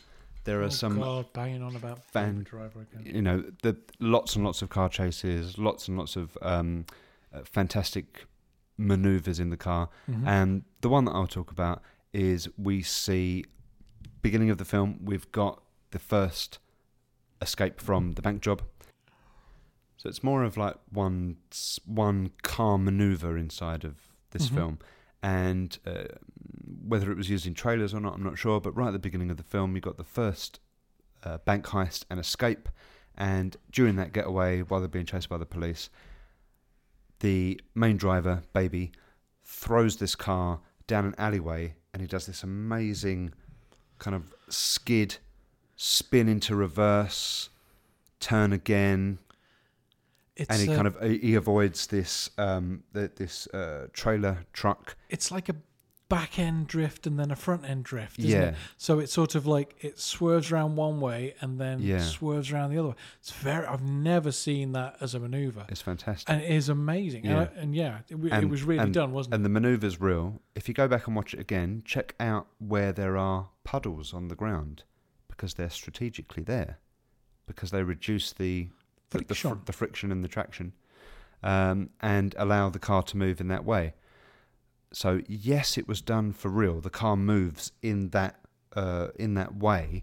S2: there are
S1: Oh,
S2: some
S1: God, banging on about
S2: fan-
S1: Uber driver again.
S2: you know, the lots and lots of car chases, lots and lots of um, uh, fantastic maneuvers in the car.
S1: Mm-hmm.
S2: And the one that I'll talk about is we see beginning of the film, we've got the first escape from the bank job. So it's more of like one s- one car maneuver inside of this
S1: Mhm.
S2: film, and uh, whether it was used in trailers or not, I'm not sure. But right at the beginning of the film, you got the first uh, bank heist and escape, and during that getaway, while they're being chased by the police, the main driver, baby, throws this car down an alleyway, and he does this amazing kind of skid, spin into reverse, turn again,
S1: It's,
S2: and he
S1: uh,
S2: kind of he avoids this um th this uh, trailer truck.
S1: it's like a back end drift and then a front end drift, isn't
S2: Yeah.
S1: it? So it's sort of like it swerves around one way and then
S2: Yeah.
S1: swerves around the other way. It's very. I've never seen that as a maneuver,
S2: It's fantastic.
S1: and it is amazing.
S2: Yeah.
S1: And, I- and yeah, it, w- it was really
S2: and-
S1: done, wasn't
S2: And the maneuver's real. If you go back and watch it again, check out where there are puddles on the ground because they're strategically there because they reduce the the, the, fr-
S1: Friction.
S2: the friction and the traction um, and allow the car to move in that way. So yes, it was done for real. The car moves in that uh, in that way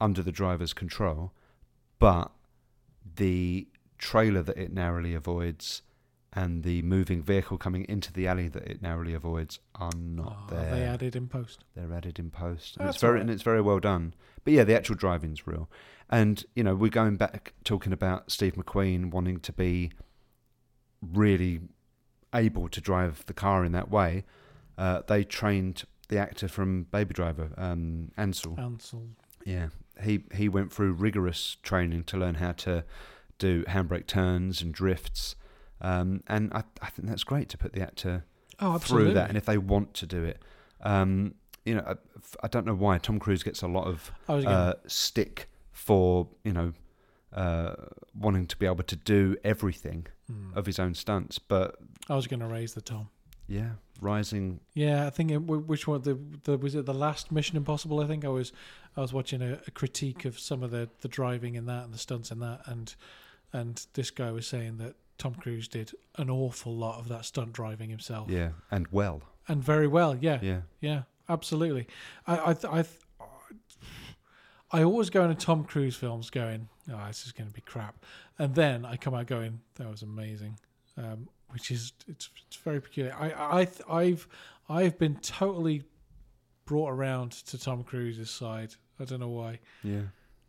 S2: under the driver's control, but the trailer that it narrowly avoids and the moving vehicle coming into the alley that it narrowly avoids are
S1: it?
S2: not
S1: Oh,
S2: there.
S1: They added in post.
S2: They're added in post. And it's
S1: Oh, That's
S2: very
S1: all right.
S2: and it's very well done. But yeah, the actual driving's real. And you know, we're going back talking about Steve McQueen wanting to be really able to drive the car in that way. Uh, they trained the actor from Baby Driver, um, Ansel.
S1: Oh. Ansel.
S2: Yeah, he he went through rigorous training to learn how to do handbrake turns and drifts, um, and I, I think that's great to put the actor
S1: Oh, absolutely.
S2: through that. And if they want to do it, um, you know, I, I don't know why Tom Cruise gets a lot of
S1: I was gonna-
S2: uh, stick for you know uh, wanting to be able to do everything
S1: Hmm.
S2: of his own stunts, but
S1: I was going to raise the Tom.
S2: yeah, rising
S1: Yeah, I think it, wh- which one the, the was it the last Mission Impossible? I think I was I was watching a, a critique of some of the the driving in that and the stunts in that, and and this guy was saying that Tom Cruise did an awful lot of that stunt driving himself,
S2: yeah, and well,
S1: and very well. Yeah,
S2: yeah,
S1: yeah, absolutely. I I th- I, th- I always go into Tom Cruise films going, oh, this is going to be crap, and then I come out going, that was amazing, um, which is it's, it's very peculiar. I I th- I've I've been totally brought around to Tom Cruise's side. I don't know why.
S2: yeah.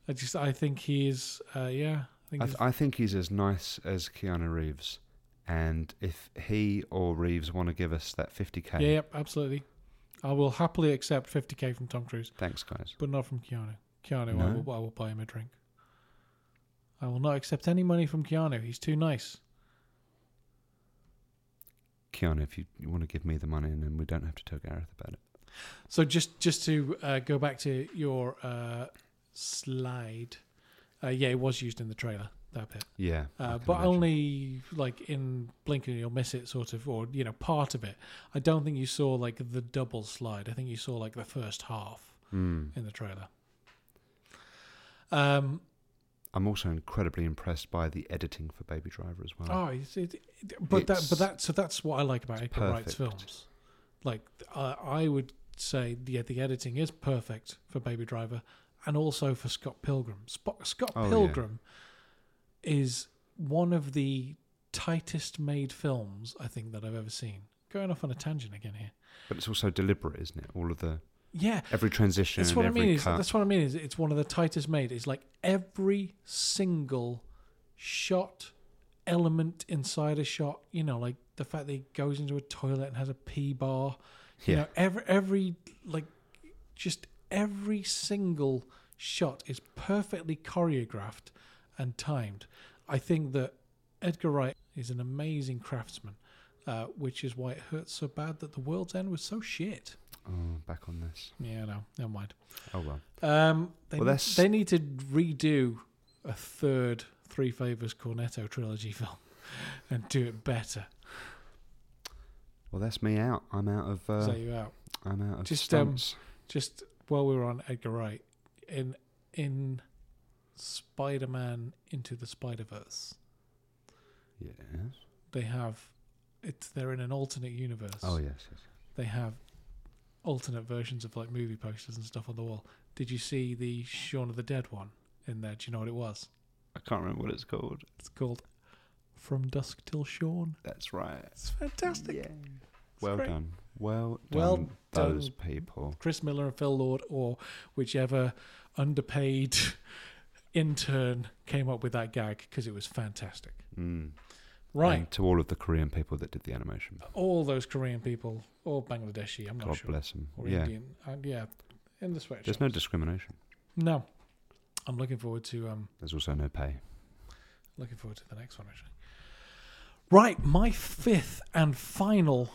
S1: I just I think he is uh, yeah. I think
S2: I,
S1: he's-
S2: th- I think he's as nice as Keanu Reeves, and if he or Reeves want to give us that 50k,
S1: yeah, yep, absolutely. I will happily accept 50k from Tom Cruise.
S2: thanks guys.
S1: But not from Keanu. Keanu, I,
S2: No?
S1: will, I will buy him a drink. I will not accept any money from Keanu. He's too nice.
S2: Keanu, if you, you want to give me the money, and then we don't have to tell Gareth about it.
S1: So just just to uh, go back to your uh, slide, uh, yeah, it was used in the trailer that bit,
S2: Yeah,
S1: uh,
S2: I can
S1: but
S2: imagine.
S1: only like in blink and you'll miss it, sort of, or you know, part of it. I don't think you saw like the double slide. I think you saw like the first half
S2: Hmm.
S1: in the trailer. Um,
S2: I'm also incredibly impressed by the editing for Baby Driver as well.
S1: Oh, it's, it, it- but that,
S2: It's-
S1: but that, so that's what I like about Edgar Wright's
S2: perfect.
S1: films. Like, I I would say, yeah, the editing is perfect for Baby Driver, and also for Scott Pilgrim. Sp- Scott
S2: Oh, yeah.
S1: Pilgrim is one of the tightest made films I think that I've ever seen. Going off on a tangent again here.
S2: But it's also deliberate, isn't it? All of the
S1: Yeah,
S2: every transition,
S1: that's what I
S2: every
S1: mean. Is,
S2: cut.
S1: that's what I mean. Is it's one of the tightest made. It's like every single shot element inside a shot. You know, like the fact that he goes into a toilet and has a pee bar. You
S2: Yeah.
S1: know, every every like just every single shot is perfectly choreographed and timed. I think that Edgar Wright is an amazing craftsman, uh, which is why it hurts so bad that The World's End was so shit.
S2: Oh, back on this.
S1: Yeah, no, never mind.
S2: Oh well.
S1: Um, they,
S2: Well, that's-
S1: they need to redo a third Three Favors Cornetto trilogy film and do it better.
S2: Well, Well, that's me out. I'm out of. Uh,
S1: so you out.
S2: I'm out of
S1: Just, um,
S2: stunts.
S1: Just while we were on Edgar Wright, in in Spider-Man Into the Spider-Verse,
S2: yes.
S1: they have it's they're in an alternate universe.
S2: Oh yes, yes.
S1: They have alternate versions of like movie posters and stuff on the wall. Did you see the Shaun of the Dead one in there? Do you know what it was?
S2: I can't remember what it's called.
S1: It's called From Dusk Till Shaun.
S2: That's right.
S1: It's fantastic.
S2: well
S1: great.
S2: done. Well done.
S1: Well
S2: those
S1: done.
S2: people.
S1: Chris Miller and Phil Lord, or whichever underpaid intern came up with that gag because it was fantastic.
S2: Mm.
S1: Right,
S2: And to all of the Korean people that did the animation.
S1: all those Korean people, or Bangladeshi, I'm not
S2: God
S1: sure,
S2: bless them.
S1: or
S2: yeah.
S1: Indian, uh, yeah, in the sweatshop.
S2: There's no discrimination.
S1: no, I'm looking forward to um,
S2: There's also no pay.
S1: looking forward to the next one actually. Right, my fifth and final,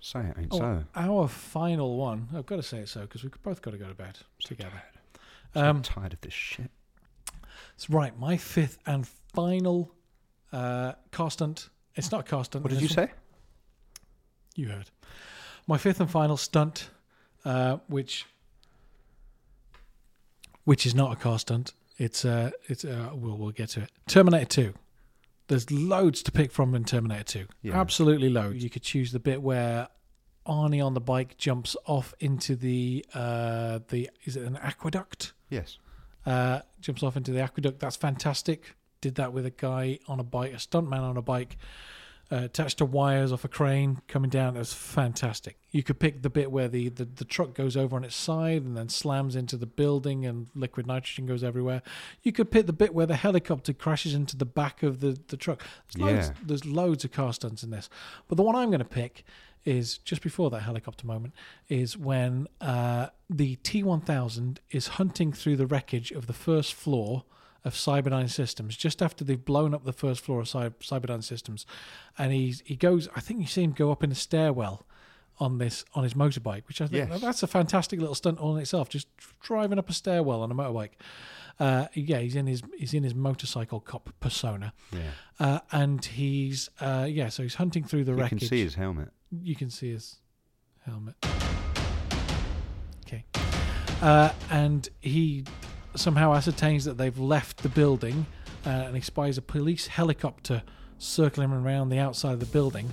S2: Say it ain't
S1: oh,
S2: so.
S1: our final one. I've got to say it so because we've both got to go to bed together.
S2: I'm
S1: Um,
S2: tired of this shit.
S1: It's right, my fifth and final uh, constant. It's not constant.
S2: What did you say?
S1: You heard. My fifth and final stunt, uh, which which is not a car stunt. It's uh, it's uh, we'll we'll get to it. Terminator Two. There's loads to pick from in Terminator Two.
S2: Yeah.
S1: Absolutely loads. You could choose the bit where Arnie on the bike jumps off into the uh, the is it an aqueduct?
S2: Yes.
S1: uh, jumps off into the aqueduct. That's fantastic. Did that with a guy on a bike, a stuntman on a bike, uh, attached to wires off a crane coming down. That's fantastic. You could pick the bit where the, the, the truck goes over on its side and then slams into the building and liquid nitrogen goes everywhere. You could pick the bit where the helicopter crashes into the back of the, the truck. There's loads,
S2: Yeah.
S1: there's loads of car stunts in this. But the one I'm going to pick is just before that helicopter moment is when uh, the T1000 is hunting through the wreckage of the first floor of Cyberdyne Systems just after they've blown up the first floor of Cy- Cyberdyne Systems, and he he goes. I think you see him go up in a stairwell on this on his motorbike, which I think
S2: Yes.
S1: that's a fantastic little stunt all in itself. Just driving up a stairwell on a motorbike. Uh, yeah, he's in his he's in his motorcycle cop persona,
S2: Yeah.
S1: uh, and he's uh, yeah. So he's hunting through the
S2: You
S1: wreckage
S2: can see his helmet.
S1: you can see his helmet. Okay. Uh, and he somehow ascertains that they've left the building uh, and he spies a police helicopter circling around the outside of the building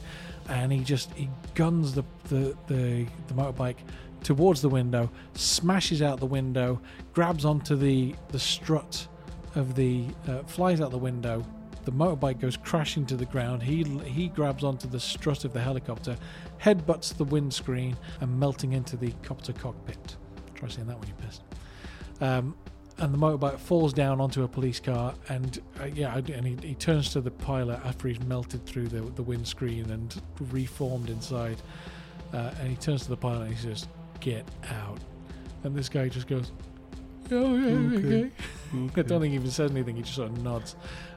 S1: and he just he guns the the, the, the motorbike towards the window smashes out the window grabs onto the the strut of the uh, flies out the window. The motorbike goes crashing to the ground. He he grabs onto the strut of the helicopter, headbutts the windscreen, and melting into the copter cockpit. Try saying that when you're pissed. Um, and the motorbike falls down onto a police car, and uh, yeah, and he, he turns to the pilot after he's melted through the, the windscreen and reformed inside. Uh, and he turns to the pilot and he says, "Get out!" And this guy just goes, "Oh yeah, okay. I don't think he even says anything. He just sort of nods,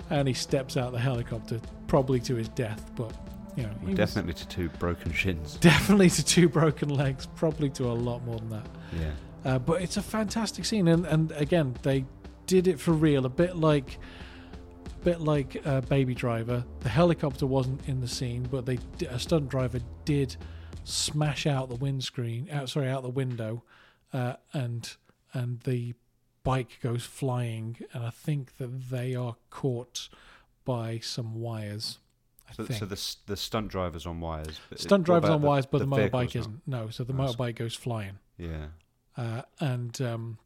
S1: and he steps out the helicopter, probably to his death. But you know, he
S2: Well,
S1: was
S2: definitely to two broken shins.
S1: definitely to two broken legs, probably to a lot more than that.
S2: Yeah.
S1: Uh, but it's a fantastic scene, and, and again, they did it for real. A bit like, bit like uh, Baby Driver. The helicopter wasn't in the scene, but they di- a stunt driver did smash out the windscreen. Out sorry, out the window, uh, and and the bike goes flying, and I think that they are caught by some wires. I
S2: So,
S1: think.
S2: so the s- the stunt driver's on wires. but it-
S1: stunt
S2: what
S1: driver's
S2: about
S1: on wires, but the,
S2: vehicle's
S1: motorbike
S2: not?
S1: isn't. No, so the
S2: Oh, that's-
S1: motorbike goes flying,
S2: Yeah. I
S1: uh, and. Um,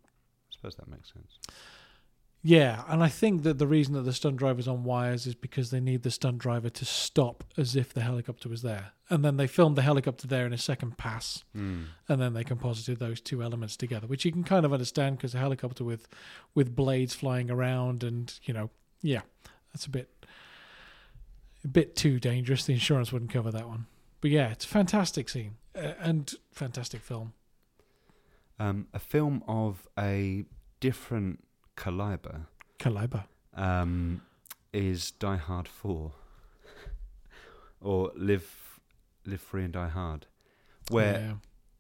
S2: suppose that makes sense.
S1: Yeah, and I think that the reason that the stunt driver's on wires is because they need the stunt driver to stop as if the helicopter was there. And then they filmed the helicopter there in a second pass,
S2: Hmm.
S1: and then they composited those two elements together, which you can kind of understand because a helicopter with with blades flying around and, you know, yeah, that's a bit a bit too dangerous. The insurance wouldn't cover that one. But yeah, it's a fantastic scene uh, and fantastic film.
S2: Um, a film of a different caliber
S1: Caliber.
S2: um, is Die Hard Four, or Live Live Free and Die Hard, where
S1: Yeah.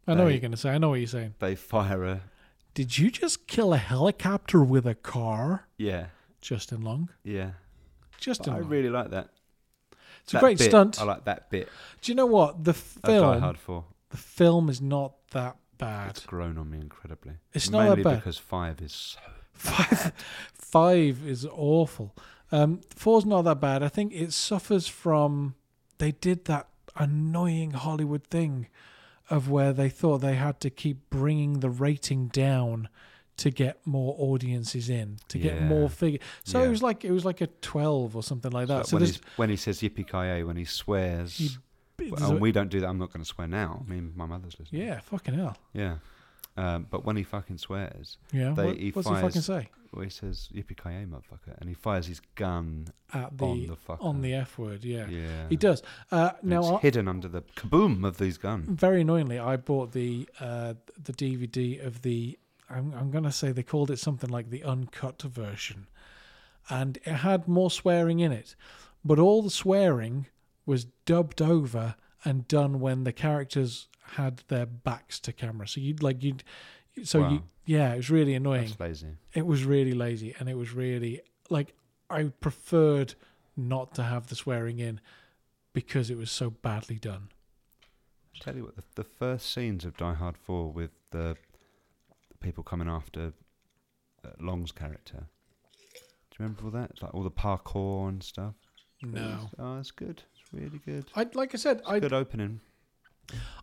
S1: I know what
S2: they-
S1: you're going to say. I know what you're saying.
S2: they fire a
S1: Did you just kill a helicopter with a car?
S2: yeah
S1: Justin Long.
S2: yeah.
S1: Justin
S2: I
S1: Long.
S2: really like that.
S1: it's It's a great
S2: bit,
S1: stunt.
S2: I like that bit.
S1: Do you know what the
S2: I die
S1: film?
S2: hard for.
S1: The film is not that bad.
S2: It's grown on me incredibly.
S1: It's not that
S2: mainly
S1: bad.
S2: because five is so
S1: Five, five is awful. Um, four's not that bad. I think it suffers from they did that annoying Hollywood thing of where they thought they had to keep bringing the rating down to get more audiences in to get
S2: Yeah.
S1: more figure. So it
S2: Yeah.
S1: was like it was like a twelve or something like that.
S2: Like
S1: So
S2: when,
S1: there's
S2: he's, when he says yippee ki when he swears,
S1: there's
S2: and
S1: a-
S2: we don't do that. I'm not going to swear now. I mean, my mother's listening.
S1: yeah, fucking hell.
S2: yeah. Um, but when he fucking swears,
S1: Yeah,
S2: They- E
S1: what,
S2: he
S1: what's he
S2: fires-
S1: fucking say
S2: well, he says yippee ki motherfucker, and he fires his gun
S1: at the
S2: on the fucker.
S1: on the F word? Yeah,
S2: yeah.
S1: he does. Uh,
S2: And
S1: now
S2: it's
S1: I- Mm.
S2: hidden under the kaboom of these guns.
S1: very annoyingly, I bought the uh, the DVD of the. I'm, I'm going to say they called it something like the uncut version, and it had more swearing in it, but all the swearing was dubbed over and done when the characters had their backs to camera. So you'd like you'd, so you
S2: Wow.
S1: yeah, it was really annoying.
S2: That's lazy.
S1: It was really lazy, and it was really like I preferred not to have the swearing in because it was so badly done.
S2: I'll tell you what, the, the first scenes of Die Hard 4 with the, the people coming after uh, Long's character. Do you remember all that? It's like all the parkour and stuff.
S1: No.
S2: It's- Oh, it's good. It's really good.
S1: I like I said, I
S2: good opening.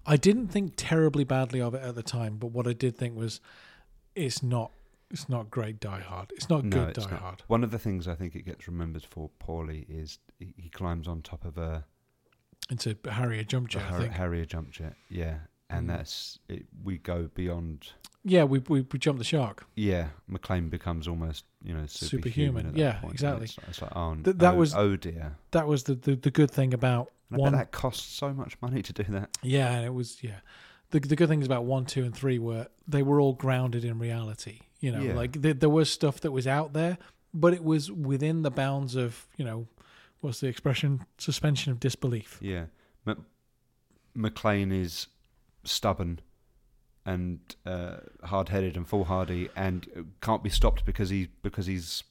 S1: I didn't think terribly badly of it at the time, but what I did think was it's not it's not great Die Hard. It's not
S2: No,
S1: good
S2: it's
S1: Die
S2: not.
S1: Hard.
S2: One of the things I think it gets remembered for poorly is he, he climbs on top of a,
S1: It's a Harrier jump
S2: a
S1: jet, I
S2: Har-
S1: think.
S2: Harrier jump jet. Yeah. And
S1: Mm.
S2: that's, it, we go beyond,
S1: yeah, we, we we jumped the shark.
S2: yeah, McLean becomes almost, you know,
S1: Superhuman,
S2: superhuman. at that
S1: yeah,
S2: point, and
S1: exactly.
S2: It's, it's like, oh,
S1: Th- that
S2: oh-
S1: was-
S2: oh dear.
S1: That was the, the, the good thing about
S2: And I
S1: one.
S2: bet that costs so much money to do that.
S1: Yeah, and it was yeah. The the good things about one, two, and three were they were all grounded in reality. You know,
S2: Yeah.
S1: like th- there was stuff that was out there, but it was within the bounds of you know, what's the expression? Suspension of disbelief.
S2: Yeah. M- McLean is stubborn and uh, hard-headed and foolhardy and can't be stopped because he because he's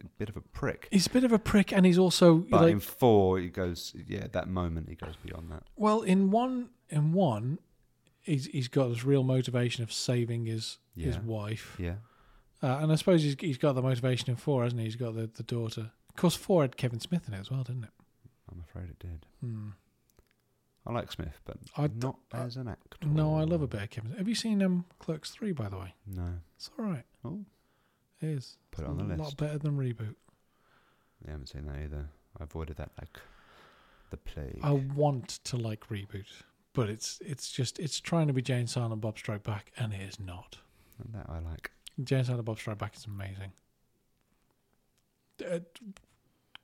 S2: a bit of a prick.
S1: He's a bit of a prick, and he's also
S2: But
S1: like,
S2: in four, he goes. Yeah, that moment he goes beyond that.
S1: Well, in one, in one, he's he's got this real motivation of saving his his
S2: Yeah.
S1: wife,
S2: Yeah.
S1: uh, and I suppose he's he's got the motivation in four, hasn't he? He's got the, the daughter. Of course, four had Kevin Smith in it as well, didn't it?
S2: I'm afraid it did.
S1: Hmm.
S2: I like Smith, but
S1: I d-
S2: not
S1: I-
S2: as an actor.
S1: No, I love a bit of Kevin. Have you seen um Clerks three? By the way,
S2: No.
S1: it's all right.
S2: Oh,
S1: It is.
S2: Put it on the
S1: A lot
S2: list.
S1: better than reboot.
S2: yeah, I haven't seen that either. I avoided that like the plague.
S1: I want to like reboot, but it's it's just it's trying to be Jane Silent Bob Strike Back, and it is not.
S2: And that I like.
S1: Jane Silent Bob Strike Back is amazing. Uh,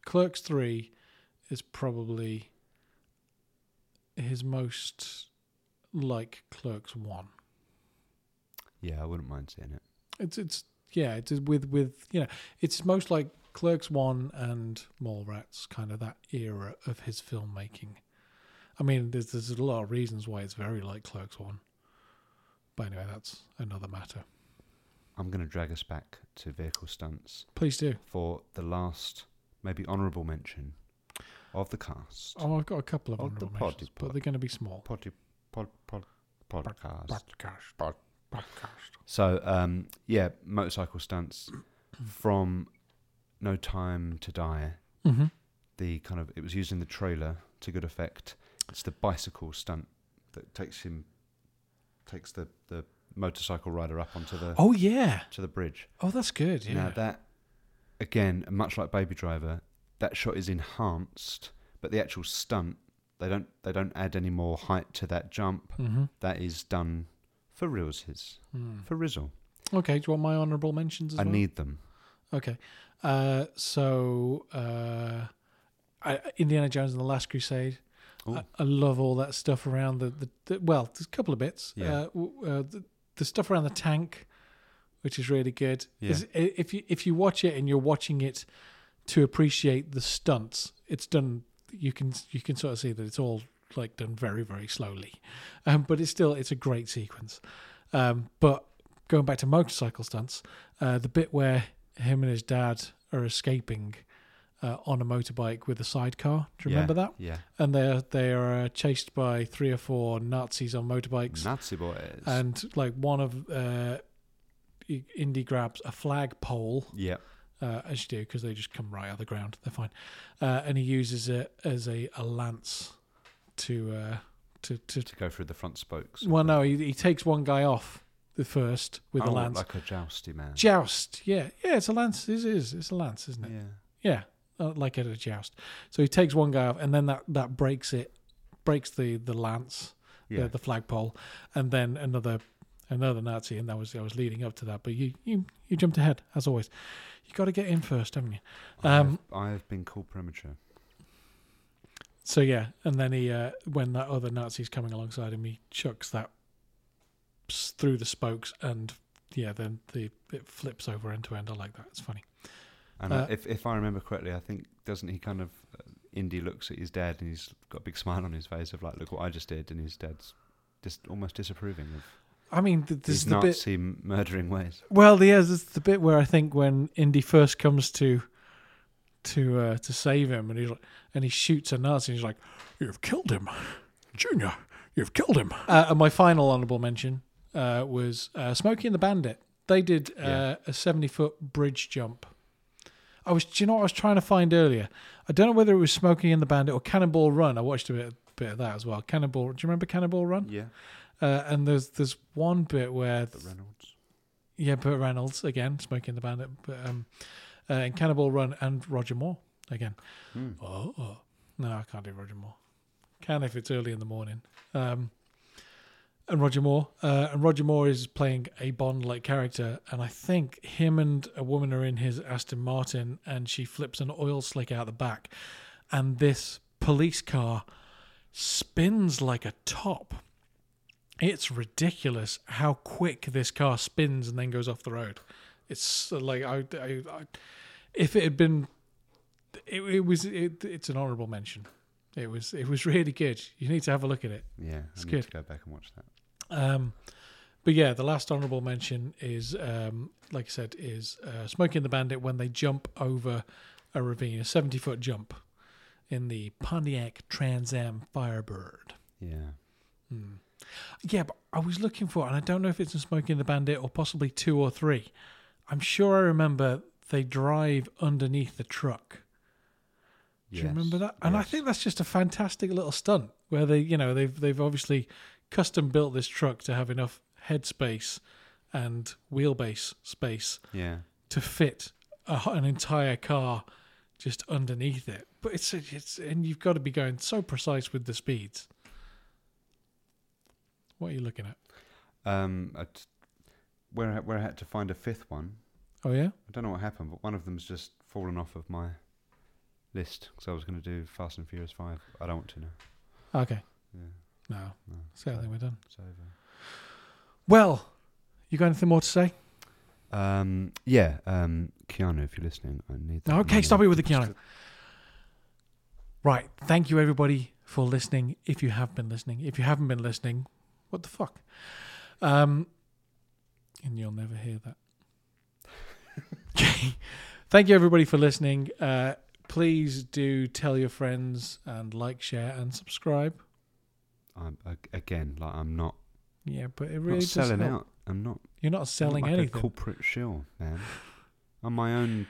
S1: Clerks 3 is probably his most like Clerks 1.
S2: Yeah, I wouldn't mind seeing it.
S1: It's it's yeah, it's with with you know, it's most like Clerks 1 and Mallrats kind of that era of his filmmaking. I mean, there's there's a lot of reasons why it's very like Clerks 1. But anyway, that's another matter.
S2: I'm going to drag us back to vehicle stunts
S1: Please do.
S2: for the last, maybe honourable mention of the cast.
S1: Oh, I've got a couple of
S2: Oh, the
S1: honorable
S2: pod,
S1: mentions,
S2: the
S1: but
S2: pod.
S1: they're going to be small.
S2: Pod, pod, pod, podcast.
S1: Podcast. Podcast.
S2: So, um, yeah, motorcycle stunts from No Time to Die.
S1: Mm-hmm.
S2: The kind of it was used in the trailer to good effect. It's the bicycle stunt that takes him, takes the the motorcycle rider up onto the
S1: Oh yeah.
S2: to the bridge.
S1: Oh, that's good. Yeah.
S2: Now that, again, much like Baby Driver, that shot is enhanced, but the actual stunt they don't they don't add any more height to that jump.
S1: mm-hmm.
S2: That is done for reels, his for Rizzle.
S1: Okay. Do you want my honorable mentions Hmm. as
S2: I
S1: well?
S2: need them.
S1: Okay. Uh, so, uh, I, Indiana Jones and the Last Crusade. I, I love all that stuff around the, the, the well, there's a couple of bits.
S2: Yeah.
S1: Uh, w- uh, the, the stuff around the tank, which is really good.
S2: Yeah.
S1: Is- i- If you if you watch it and you're watching it to appreciate the stunts, it's done. You can you can sort of see that it's all like done very very slowly, um, but it's still it's a great sequence. Um, but going back to motorcycle stunts, uh, the bit where him and his dad are escaping uh, on a motorbike with a sidecar. Do you remember that?
S2: Yeah.
S1: And they're they are uh, chased by three or four Nazis on motorbikes,
S2: Nazi boys.
S1: and like one of uh, I- Indy grabs a flagpole
S2: yeah.
S1: uh, as you do because they just come right out of the ground. They're fine, uh, and he uses it as a, a lance to uh, to to.
S2: To go through the front spokes.
S1: Well, no, he, he takes one guy off the first with a
S2: Oh,
S1: lance.
S2: Like a jousty man.
S1: Joust, yeah, yeah, it's a lance. It is, it's a lance, isn't it?
S2: yeah.
S1: Yeah, uh, like at a joust. So he takes one guy off, and then that that breaks it, breaks the the lance,
S2: Yeah.
S1: the, the flagpole, and then another another Nazi, and that was I was leading up to that, but you you you jumped ahead as always. You got to get in first, haven't you? Um,
S2: I have been called premature.
S1: so yeah, and then he uh, when that other Nazi's coming alongside him, he chucks that s- through the spokes, and yeah, then the it flips over end to end. I like that. It's funny.
S2: And
S1: Uh,
S2: I, if if I remember correctly, I think doesn't he kind of uh, Indy looks at his dad and he's got a big smile on his face of like, look what I just did, and his dad's just almost disapproving of
S1: I mean, th- this
S2: his
S1: is the bit.
S2: Nazi murdering ways.
S1: Well, yeah, this is the bit where I think when Indy first comes to to uh, to save him, and he's like, and he shoots a Nazi, and he's like, "You've killed him, Junior. You've killed him." Uh, and my final honourable mention uh, was uh, Smokey and the Bandit. They did uh,
S2: Yeah.
S1: a seventy foot bridge jump. I was, do you know what I was trying to find earlier? I don't know whether it was Smokey and the Bandit or Cannonball Run. I watched a bit, bit of that as well. Cannonball, do you remember Cannonball Run?
S2: Yeah,
S1: Uh, and there's there's one bit where
S2: but Reynolds.
S1: yeah, Burt Reynolds again, smoking the bandit, but, um, uh, and Cannibal Run, and Roger Moore again. Oh, oh. no, I can't do Roger Moore. Can if it's early in the morning. Um, and Roger Moore, uh, and Roger Moore is playing a Bond-like character, and I think him and a woman are in his Aston Martin, and she flips an oil slick out the back, and this police car spins like a top. It's ridiculous how quick this car spins and then goes off the road. It's uh, like I, I, I if it had been, it, it was. It, it's an honourable mention. It was. It was really good. You need to have a look at it.
S2: Yeah, I need
S1: good.
S2: to go back and watch that.
S1: Um, but yeah, the last honourable mention is, um, like I said, is uh, Smoking the Bandit when they jump over a ravine, a seventy-foot jump, in the Pontiac Trans Am Firebird.
S2: Yeah,
S1: Yeah, but I was looking for, and I don't know if it's in Smoking the Bandit or possibly two or three. I'm sure I remember they drive underneath the truck. Do you remember that? And I think that's just a fantastic little stunt where they, you know, they've they've obviously custom built this truck to have enough headspace and wheelbase space
S2: yeah,
S1: to fit a, an entire car just underneath it. But it's it's and you've got to be going so precise with the speeds. What are you looking at?
S2: um, I t- where I- where I had to find a fifth one.
S1: Oh yeah.
S2: I don't know what happened, but one of them's just fallen off of my list because I was going to do Fast and Furious Five. I don't want to now.
S1: Okay.
S2: Yeah.
S1: No.
S2: No,
S1: So I think we're done.
S2: it's over.
S1: Well, you got anything more to say?
S2: Um, yeah, um, Keanu, if you're listening, I need that.
S1: Okay,
S2: money.
S1: stop it with the Keanu. Right. Thank you, everybody, for listening. If you have been listening, if you haven't been listening, what the fuck? Um, and you'll never hear that. okay. Thank you, everybody, for listening. Uh, please do tell your friends and like, share, and subscribe.
S2: I'm, ag- again, like I'm not,
S1: Yeah, but it really
S2: not
S1: does
S2: selling
S1: help.
S2: out. I'm not
S1: You're not
S2: I'm not
S1: selling
S2: like
S1: anything.
S2: A corporate shill, man. I'm my own.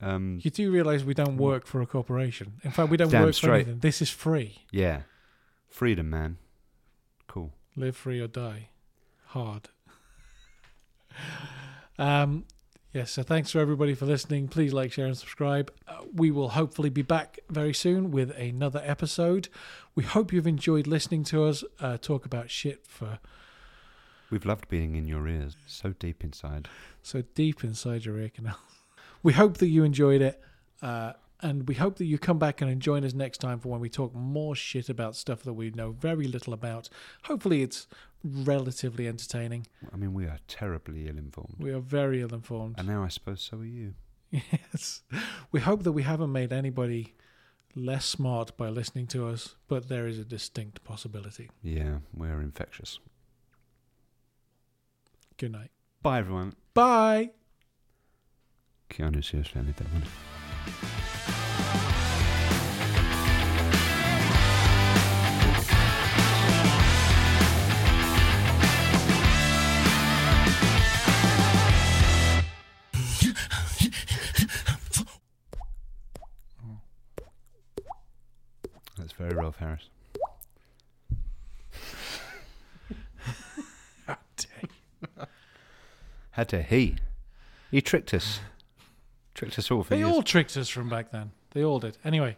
S2: Um,
S1: You do realize we don't work for a corporation. In fact, we don't
S2: Damn
S1: work for
S2: straight.
S1: anything. This is free.
S2: yeah, freedom, man. Cool.
S1: Live free or die. Hard. um, yeah, so thanks for everybody for listening. Please like, share, and subscribe. Uh, we will hopefully be back very soon with another episode. We hope you've enjoyed listening to us uh, talk about shit for
S2: We've loved being in your ears, so deep inside.
S1: so deep inside your ear canal. We hope that you enjoyed it, uh, and we hope that you come back and join us next time for when we talk more shit about stuff that we know very little about. Hopefully, it's relatively entertaining.
S2: I mean, we are terribly ill-informed,
S1: We are very ill informed.
S2: and now I suppose so are you.
S1: Yes. We hope that we haven't made anybody less smart by listening to us, but there is a distinct possibility.
S2: Yeah, we're infectious.
S1: Good night.
S2: Bye, everyone.
S1: Bhy
S2: Keanu, seriously, I need that money. Very Rolf Harris. Had to he. He tricked us. Tricked us all for
S1: They
S2: years.
S1: all tricked us from back then. They all did. Anyway,